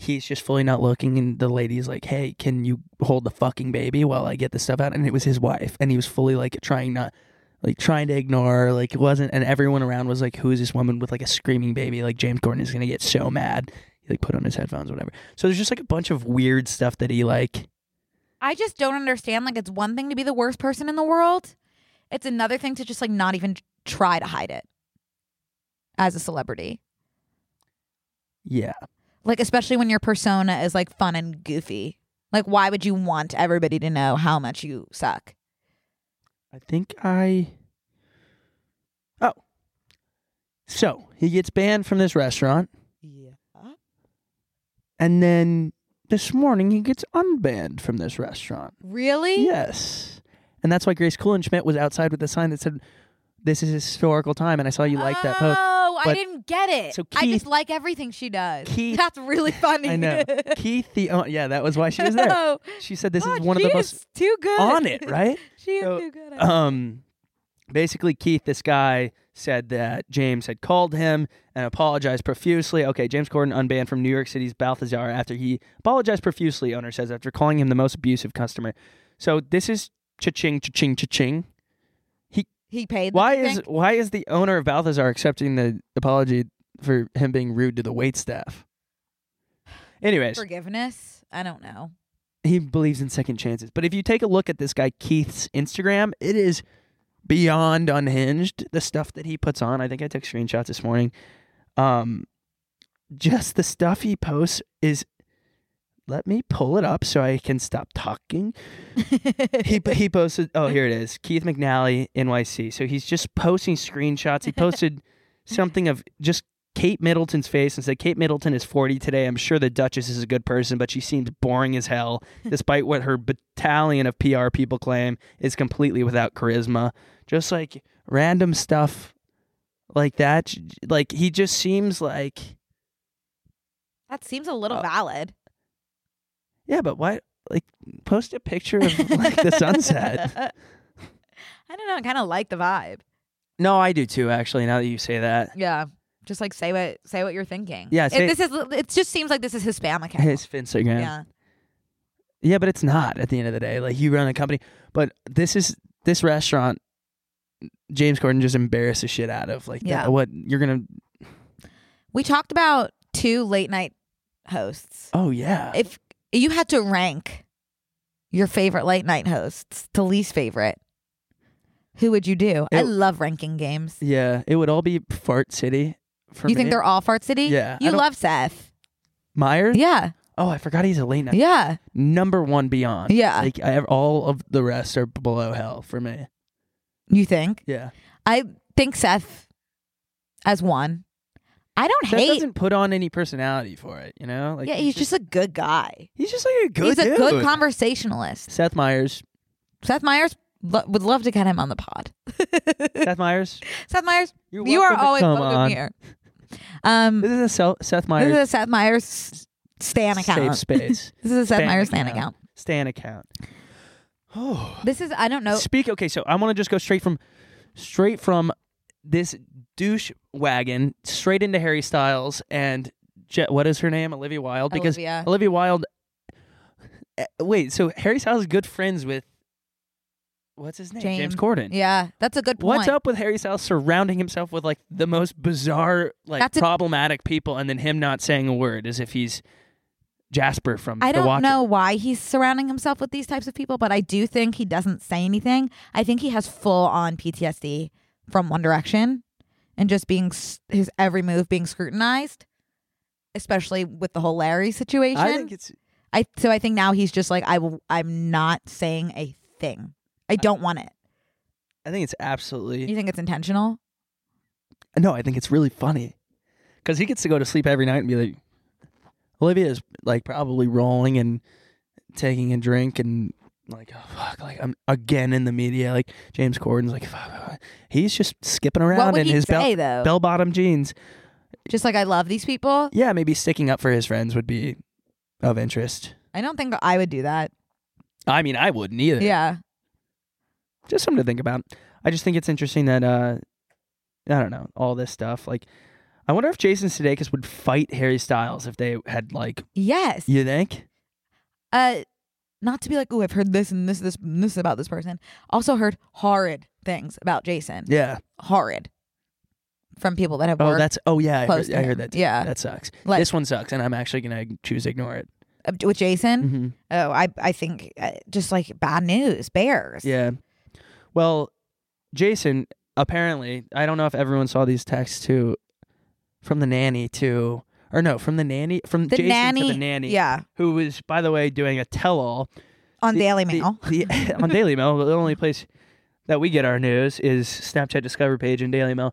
Speaker 1: he's just fully not looking and the lady's like hey can you hold the fucking baby while i get the stuff out and it was his wife and he was fully like trying not like trying to ignore her, like it wasn't and everyone around was like who is this woman with like a screaming baby like james gordon is gonna get so mad he like put on his headphones whatever so there's just like a bunch of weird stuff that he like
Speaker 2: I just don't understand. Like, it's one thing to be the worst person in the world, it's another thing to just like not even try to hide it as a celebrity.
Speaker 1: yeah
Speaker 2: Like, especially when your persona is like fun and goofy. Like, why would you want everybody to know how much you suck?
Speaker 1: i think i oh so he gets banned from this restaurant
Speaker 2: Yeah.
Speaker 1: and then this morning he gets unbanned from this restaurant
Speaker 2: Really?
Speaker 1: Yes. And that's why Grace Kulenschmidt was outside with a sign that said, This is historical time. And I saw you like that post.
Speaker 2: Oh, I
Speaker 1: But-
Speaker 2: didn't get it.
Speaker 1: So
Speaker 2: I
Speaker 1: Keith-
Speaker 2: just like everything she does.
Speaker 1: Keith-
Speaker 2: That's really funny.
Speaker 1: I know. Keith Theo. Yeah, that was why she was there.
Speaker 2: No.
Speaker 1: She said, This
Speaker 2: God,
Speaker 1: is one of the
Speaker 2: oh, she
Speaker 1: most
Speaker 2: is too good
Speaker 1: on it, right?
Speaker 2: she is
Speaker 1: So,
Speaker 2: too good. at it.
Speaker 1: Um, basically, Keith, this guy, said that James had called him and apologized profusely. Okay, James Corden unbanned from New York City's Balthazar after he apologized profusely, owner says, after calling him the most abusive customer. So this is cha-ching, cha-ching, cha-ching.
Speaker 2: he paid. them,
Speaker 1: Why
Speaker 2: you
Speaker 1: is
Speaker 2: think?
Speaker 1: why is the owner of Balthazar accepting the apology for him being rude to the wait staff? Anyways,
Speaker 2: forgiveness? I don't know.
Speaker 1: he believes in second chances. But if you take a look at this guy Keith's Instagram, it is beyond unhinged. The stuff that he puts on, I think I took screenshots this morning. Um, just the stuff he posts is. Let me pull it up so I can stop talking. he he posted. Oh, here it is. Keith McNally, NYC. So he's just posting screenshots. He posted something of just Kate Middleton's face and said, "Kate Middleton is 40 today. I'm sure the Duchess is a good person, but she seems boring as hell, despite what her battalion of PR people claim is completely without charisma. Just like random stuff like that. J- j- Like he just seems like."
Speaker 2: that seems a little
Speaker 1: Uh,
Speaker 2: valid.
Speaker 1: Yeah, but why? Like, post a picture of like the sunset.
Speaker 2: I don't know. I kind of like the vibe.
Speaker 1: No, I do too. Actually, now that you say that,
Speaker 2: Yeah, just like say what say what you're thinking.
Speaker 1: Yeah,
Speaker 2: It-
Speaker 1: say-
Speaker 2: this is. It just seems like this is his spam account.
Speaker 1: his Instagram.
Speaker 2: yeah.
Speaker 1: Yeah, but it's not at the end of the day. Like, you run a company, but this is this restaurant. James Corden just embarrassed the shit out of like
Speaker 2: Yeah.
Speaker 1: that, what you're gonna.
Speaker 2: We talked about two late night hosts.
Speaker 1: Oh yeah,
Speaker 2: If you had to rank your favorite late night hosts to least favorite, who would you do? I
Speaker 1: It-
Speaker 2: love ranking games.
Speaker 1: yeah. It would all be Fart City. For
Speaker 2: You
Speaker 1: me.
Speaker 2: think they're all Fart City?
Speaker 1: Yeah, I
Speaker 2: You
Speaker 1: don't-
Speaker 2: love Seth.
Speaker 1: Meyer?
Speaker 2: Yeah.
Speaker 1: Oh, I forgot he's a late night
Speaker 2: Yeah.
Speaker 1: number one beyond.
Speaker 2: Yeah.
Speaker 1: like I have, all of the rest are below hell for me.
Speaker 2: You think?
Speaker 1: Yeah,
Speaker 2: I think Seth as one. I don't
Speaker 1: Seth
Speaker 2: hate.
Speaker 1: doesn't put on any personality for it, you know? Like
Speaker 2: yeah, he's just, a good guy.
Speaker 1: he's just like a good
Speaker 2: he's a good
Speaker 1: dude.
Speaker 2: conversationalist.
Speaker 1: Seth Meyers.
Speaker 2: Seth Meyers lo- would love to get him on the pod.
Speaker 1: Seth Meyers.
Speaker 2: Seth Meyers,
Speaker 1: You're
Speaker 2: you are
Speaker 1: welcome to
Speaker 2: always
Speaker 1: come
Speaker 2: welcome
Speaker 1: on.
Speaker 2: here. Um,
Speaker 1: This is a Sel- Seth
Speaker 2: this is
Speaker 1: Meyers
Speaker 2: a Seth Meyers s- Stan
Speaker 1: safe
Speaker 2: account.
Speaker 1: space.
Speaker 2: This is a Seth
Speaker 1: Stan
Speaker 2: Meyers Stan
Speaker 1: account.
Speaker 2: account.
Speaker 1: Stan account. Oh.
Speaker 2: This is I don't know.
Speaker 1: Speak. Okay, so I want to just go straight from straight from this douche wagon straight into Harry Styles and Je- what is her name? Olivia Wilde because
Speaker 2: Olivia.
Speaker 1: Olivia Wilde eh, Wait, so Harry Styles is good friends with what's his name?
Speaker 2: James.
Speaker 1: Corden.
Speaker 2: Yeah, that's a good point.
Speaker 1: What's up with Harry Styles surrounding himself with like the most bizarre, like
Speaker 2: That's a-
Speaker 1: problematic people, and then him not saying a word, as if he's Jasper from
Speaker 2: I
Speaker 1: The
Speaker 2: don't
Speaker 1: Watcher.
Speaker 2: know why he's surrounding himself with these types of people, but I do think he doesn't say anything. I think he has full on PTSD from One Direction and just being s- his every move being scrutinized, especially with the whole Larry situation.
Speaker 1: I think it's
Speaker 2: I so I think now he's just like I will, I'm not saying a thing. I don't want it.
Speaker 1: I think it's absolutely
Speaker 2: You think it's intentional?
Speaker 1: no. I think it's really funny because he gets to go to sleep every night and be like, Olivia is like probably rolling and taking a drink and like oh fuck like I'm again in the media like James Corden's like fuck, fuck, fuck. he's just skipping
Speaker 2: what
Speaker 1: around
Speaker 2: would
Speaker 1: in
Speaker 2: he
Speaker 1: his
Speaker 2: say
Speaker 1: bell
Speaker 2: though?
Speaker 1: bell bottom jeans
Speaker 2: just like I love these people.
Speaker 1: yeah, maybe sticking up for his friends would be of interest.
Speaker 2: I don't think I would do that.
Speaker 1: I mean, I wouldn't either.
Speaker 2: Yeah.
Speaker 1: Just something to think about. I just think it's interesting that uh I don't know, all this stuff. Like I wonder if Jason Sudeikis would fight Harry Styles if they had like
Speaker 2: Yes.
Speaker 1: you think?
Speaker 2: uh not to be like, oh, I've heard this and this, this, and this about this person. Also heard horrid things about Jason.
Speaker 1: Yeah.
Speaker 2: Horrid from people that have
Speaker 1: Oh,
Speaker 2: worked
Speaker 1: that's oh yeah, I
Speaker 2: close.
Speaker 1: heard,
Speaker 2: to
Speaker 1: I
Speaker 2: him.
Speaker 1: heard that. too.
Speaker 2: Yeah,
Speaker 1: That sucks.
Speaker 2: like
Speaker 1: this one sucks, and I'm actually gonna choose to ignore it.
Speaker 2: uh, with Jason.
Speaker 1: Mm-hmm.
Speaker 2: Oh, I, I think uh, just like bad news, bears.
Speaker 1: Yeah. Well, Jason, apparently, I don't know if everyone saw these texts too, from the nanny to, or no, from the nanny, from
Speaker 2: The
Speaker 1: Jason
Speaker 2: nanny,
Speaker 1: to the nanny,
Speaker 2: yeah,
Speaker 1: who was, by the way, doing a tell-all
Speaker 2: on
Speaker 1: The-
Speaker 2: Daily
Speaker 1: the-
Speaker 2: Mail.
Speaker 1: the- on Daily Mail. The only place that we get our news is Snapchat Discover page and Daily Mail.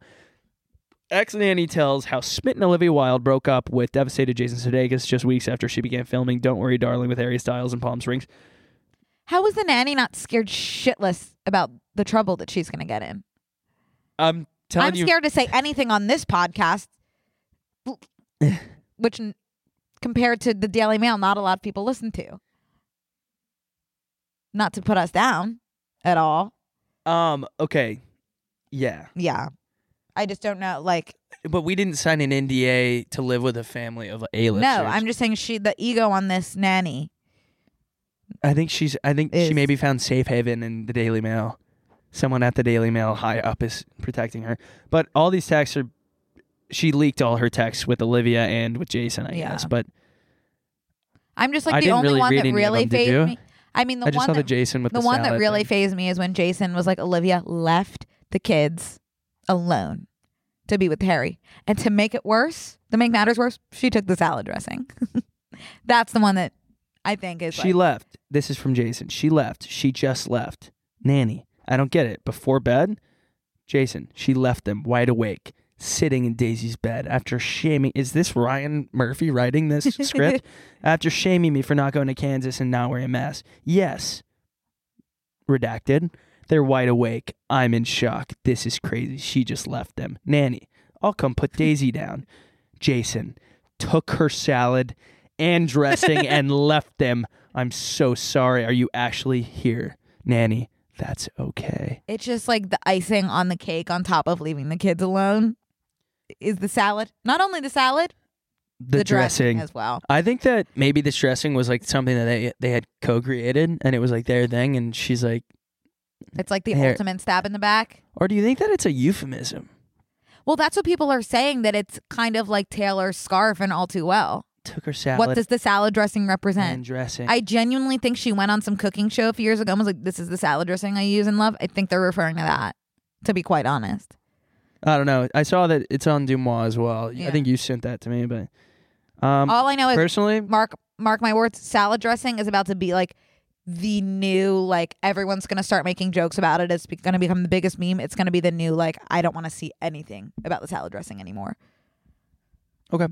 Speaker 1: Ex nanny tells how smitten Olivia Wilde broke up with devastated Jason Sudeikis just weeks after she began filming "Don't Worry, Darling" with Harry Styles in Palm Springs.
Speaker 2: How was the nanny not scared shitless about the trouble that she's gonna get in?
Speaker 1: I'm telling
Speaker 2: I'm
Speaker 1: you,
Speaker 2: scared to say anything on this podcast, which n- compared to the Daily Mail, not a lot of people listen to. Not to put us down at all.
Speaker 1: Um. Okay. Yeah,
Speaker 2: Yeah. I just don't know. Like,
Speaker 1: but we didn't sign an NDA to live with a family of A listers.
Speaker 2: no, I'm just saying she, the ego on this nanny.
Speaker 1: I think she's. I think
Speaker 2: Is-
Speaker 1: she maybe found safe haven in the Daily Mail. Someone at the Daily Mail high up is protecting her. But all these texts are. She leaked all her texts with Olivia and with Jason, I
Speaker 2: Yeah.
Speaker 1: guess. But
Speaker 2: I'm just
Speaker 1: I
Speaker 2: like the
Speaker 1: didn't
Speaker 2: only
Speaker 1: really
Speaker 2: one
Speaker 1: read
Speaker 2: that
Speaker 1: any of
Speaker 2: really
Speaker 1: them, did
Speaker 2: phased
Speaker 1: you?
Speaker 2: me. I mean, the
Speaker 1: I just
Speaker 2: one
Speaker 1: saw the
Speaker 2: that,
Speaker 1: Jason with the,
Speaker 2: the one that
Speaker 1: salad
Speaker 2: really
Speaker 1: thing.
Speaker 2: phased me is when Jason was like, Olivia left the kids alone to be with Harry. And to make it worse, to make matters worse, she took the salad dressing. That's the one that I think is
Speaker 1: She
Speaker 2: like,
Speaker 1: left. This is from Jason. She left. She just left. Nanny. I don't get it. Before bed? Jason. She left them wide awake, sitting in Daisy's bed after shaming. Is this Ryan Murphy writing this script? After shaming me for not going to Kansas and not wearing a mask. Yes. Redacted. They're wide awake. I'm in shock. This is crazy. She just left them. Nanny. I'll come put Daisy down. Jason took her salad and dressing and left them. I'm so sorry. Are you actually here, Nanny? That's okay.
Speaker 2: it's just like the icing on the cake on top of leaving the kids alone is the salad. Not only the salad,
Speaker 1: The,
Speaker 2: the
Speaker 1: dressing.
Speaker 2: as well.
Speaker 1: I think that maybe this dressing was like something that they they had co-created and it was like their thing and she's like,
Speaker 2: It's like the
Speaker 1: Here.
Speaker 2: ultimate stab in the back.
Speaker 1: "Or do you think that it's a euphemism?"
Speaker 2: Well, that's what people are saying that it's kind of like Taylor's scarf and all too well.
Speaker 1: Took her salad
Speaker 2: What does the salad dressing
Speaker 1: and
Speaker 2: represent?
Speaker 1: dressing.
Speaker 2: I genuinely think she went on some cooking show a few years ago and was like, This is the salad dressing I use and love. I think they're referring to that, to be quite honest.
Speaker 1: I don't know. I saw that it's on Dumois as well. I
Speaker 2: Yeah. Oh,
Speaker 1: think you sent that to me, but um
Speaker 2: all I know is
Speaker 1: personally,
Speaker 2: mark mark my words salad dressing is about to be like the new like everyone's gonna start making jokes about it it's be- gonna become the biggest meme it's gonna be the new like i don't want to see anything about the salad dressing anymore
Speaker 1: Okay.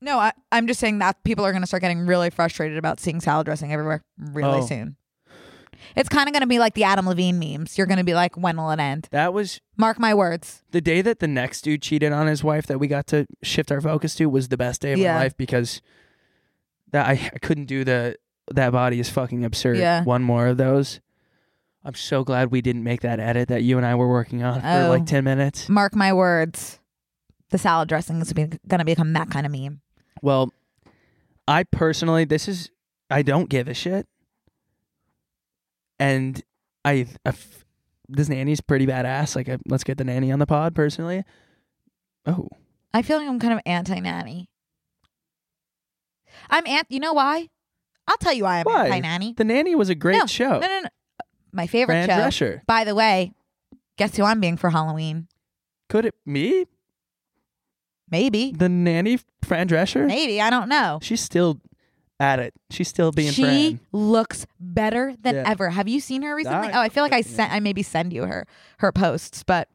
Speaker 2: No, I, I'm just saying that people are going to start getting really frustrated about seeing salad dressing everywhere really
Speaker 1: Oh.
Speaker 2: soon. It's kind of going to be like the Adam Levine memes. You're going to be like, when will it end?
Speaker 1: That was
Speaker 2: Mark my words.
Speaker 1: the day that the next dude cheated on his wife that we got to shift our focus to was the best day of
Speaker 2: Yeah.
Speaker 1: my life because that I, I couldn't do the that body is fucking absurd.
Speaker 2: Yeah.
Speaker 1: One more of those. I'm so glad we didn't make that edit that you and I were working on for
Speaker 2: Oh.
Speaker 1: like 10 minutes.
Speaker 2: Mark my words. The salad dressing is going to become that kind of meme.
Speaker 1: Well, I personally this is I don't give a shit. And I, I f- this nanny's pretty badass. Like, uh, let's get the nanny on the pod personally. Oh,
Speaker 2: I feel like I'm kind of anti nanny. I'm ant. You know why? I'll tell you why I'm
Speaker 1: Why? Oh.
Speaker 2: anti nanny.
Speaker 1: the nanny was a great show.
Speaker 2: No, no, no. My favorite
Speaker 1: Fran
Speaker 2: show.
Speaker 1: Drescher.
Speaker 2: By the way, guess who I'm being for Halloween?
Speaker 1: Could it me?
Speaker 2: Maybe.
Speaker 1: The nanny Fran Drescher?
Speaker 2: Maybe. I don't know.
Speaker 1: She's still at it. She's still being
Speaker 2: she
Speaker 1: Fran.
Speaker 2: looks better than
Speaker 1: Yeah.
Speaker 2: ever. Have you seen her recently?
Speaker 1: I-
Speaker 2: oh, I feel like I sent. I maybe send you her her posts, but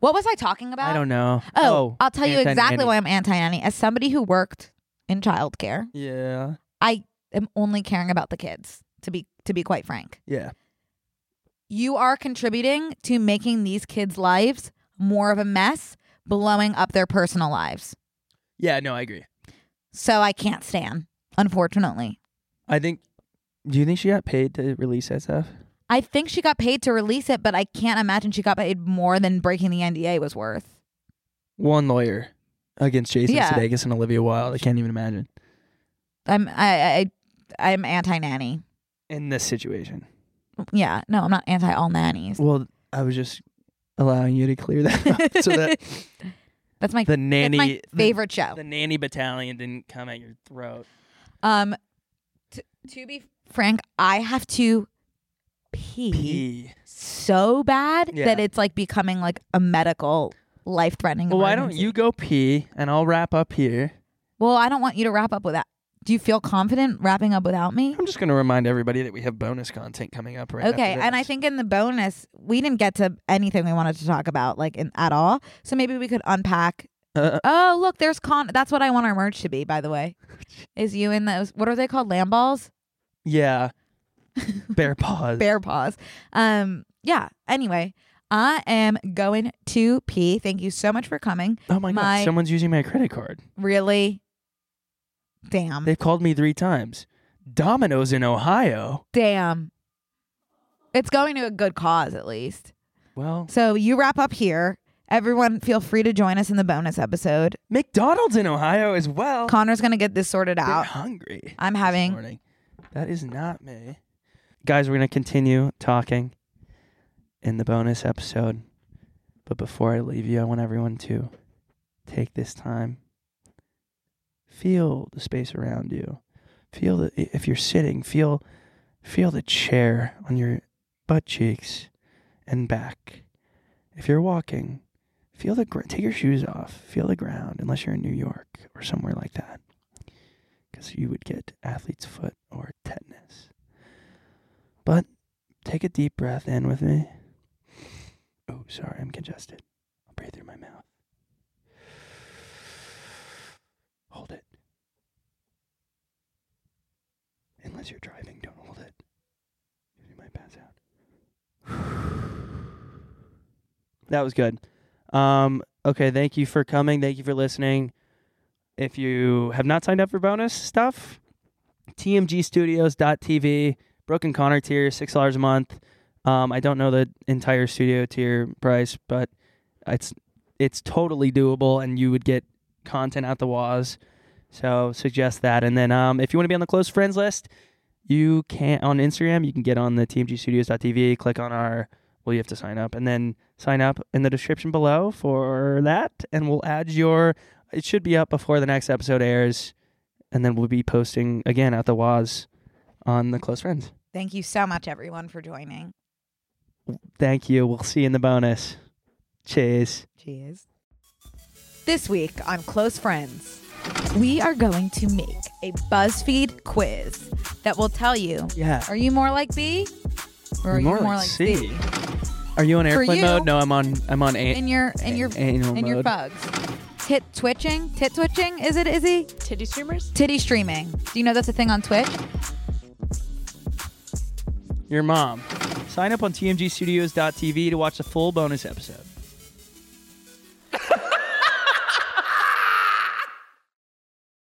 Speaker 2: what was I talking about?
Speaker 1: I don't know.
Speaker 2: Oh, I'll tell you
Speaker 1: anti-nanny.
Speaker 2: exactly why I'm anti nanny. As somebody who worked in childcare,
Speaker 1: Yeah.
Speaker 2: I am only caring about the kids. To be to be quite frank,
Speaker 1: Yeah.
Speaker 2: you are contributing to making these kids' lives more of a mess, blowing up their personal lives.
Speaker 1: Yeah, no, I agree.
Speaker 2: So I can't stand. Unfortunately,
Speaker 1: I think do you think she got paid to release that stuff?
Speaker 2: I think she got paid to release it, but I can't imagine she got paid more than breaking the NDA was worth.
Speaker 1: One lawyer against Jason
Speaker 2: Yeah.
Speaker 1: Sudeikis and Olivia Wilde. I can't even imagine.
Speaker 2: I'm I I I'm anti nanny.
Speaker 1: In this situation.
Speaker 2: Yeah, no, I'm not anti all nannies.
Speaker 1: Well, I was just allowing you to clear that up so that
Speaker 2: That's my,
Speaker 1: the
Speaker 2: that's
Speaker 1: nanny
Speaker 2: my
Speaker 1: the-
Speaker 2: favorite show.
Speaker 1: The, nanny battalion didn't come at your throat.
Speaker 2: Um, t- to be frank, I have to pee,
Speaker 1: Pee.
Speaker 2: so bad
Speaker 1: Yeah.
Speaker 2: that it's like becoming like a medical life threatening.
Speaker 1: Well, why don't you go pee and I'll wrap up here.
Speaker 2: Well, I don't want you to wrap up without. Do you feel confident wrapping up without me?
Speaker 1: I'm just going to remind everybody that we have bonus content coming up right
Speaker 2: okay,
Speaker 1: after
Speaker 2: and I
Speaker 1: this.
Speaker 2: think in the bonus we didn't get to anything we wanted to talk about like in, at all. So maybe we could unpack.
Speaker 1: Uh,
Speaker 2: Oh, look, there's con. That's what I want our merch to be. By the way, is you in those? What are they called? Lamb balls.
Speaker 1: yeah. Bear paws.
Speaker 2: bear paws. Um, yeah. Anyway, I am going to pee. Thank you so much for coming.
Speaker 1: oh my,
Speaker 2: my-
Speaker 1: god, someone's using my credit card.
Speaker 2: Really, damn,
Speaker 1: They've called me 3 times. Domino's in Ohio.
Speaker 2: damn. It's going to a good cause, at least.
Speaker 1: Well,
Speaker 2: So you wrap up here. Everyone, feel free to join us in the bonus episode.
Speaker 1: McDonald's in Ohio as well.
Speaker 2: Connor's gonna get this sorted
Speaker 1: They're
Speaker 2: out.
Speaker 1: hungry.
Speaker 2: I'm
Speaker 1: this
Speaker 2: having.
Speaker 1: morning. That is not me. Guys, we're going to continue talking in the bonus episode. But before I leave you, I want everyone to take this time. Feel the space around you. Feel the if you're sitting, feel feel the chair on your butt cheeks and back. If you're walking, feel the gr- take your shoes off. Feel the ground unless you're in New York or somewhere like that because you would get athlete's foot or tetanus. But take a deep breath in with me. Oh, sorry, I'm congested. I'll breathe through my mouth. Hold it. Unless you're driving, don't hold it. You might pass out. That was good. Um, okay, thank you for coming. Thank you for listening. If you have not signed up for bonus stuff, tmgstudios.tv, Brooke and Connor tier, $6 a month. Um, I don't know the entire studio tier price, but it's it's totally doable and you would get content out the waz. So suggest that. And then um, if you want to be on the close friends list, you can on Instagram, you can get on the tmgstudios.tv, click on our well, you have to sign up and then sign up in the description below for that and we'll add your it should be up before the next episode airs, and then we'll be posting again at the Waz on the close friends.
Speaker 2: Thank you so much, everyone, for joining.
Speaker 1: Thank you. We'll see you in the bonus. Cheers.
Speaker 2: Cheers. This week on Close Friends, we are going to make a BuzzFeed quiz that will tell you
Speaker 1: Yeah.
Speaker 2: are you more like B or are you more like C?
Speaker 1: Are you on
Speaker 2: For
Speaker 1: airplane
Speaker 2: you-
Speaker 1: mode? No, I'm on. I'm on. A-
Speaker 2: In your in your
Speaker 1: Anal
Speaker 2: in your
Speaker 1: mode.
Speaker 2: bugs. tit twitching? Tit twitching? Is it Izzy?
Speaker 3: Titty streamers?
Speaker 2: Titty streaming. Do you know that's a thing on Twitch?
Speaker 1: Your mom. Sign up on tmgstudios.tv to watch the full bonus episode.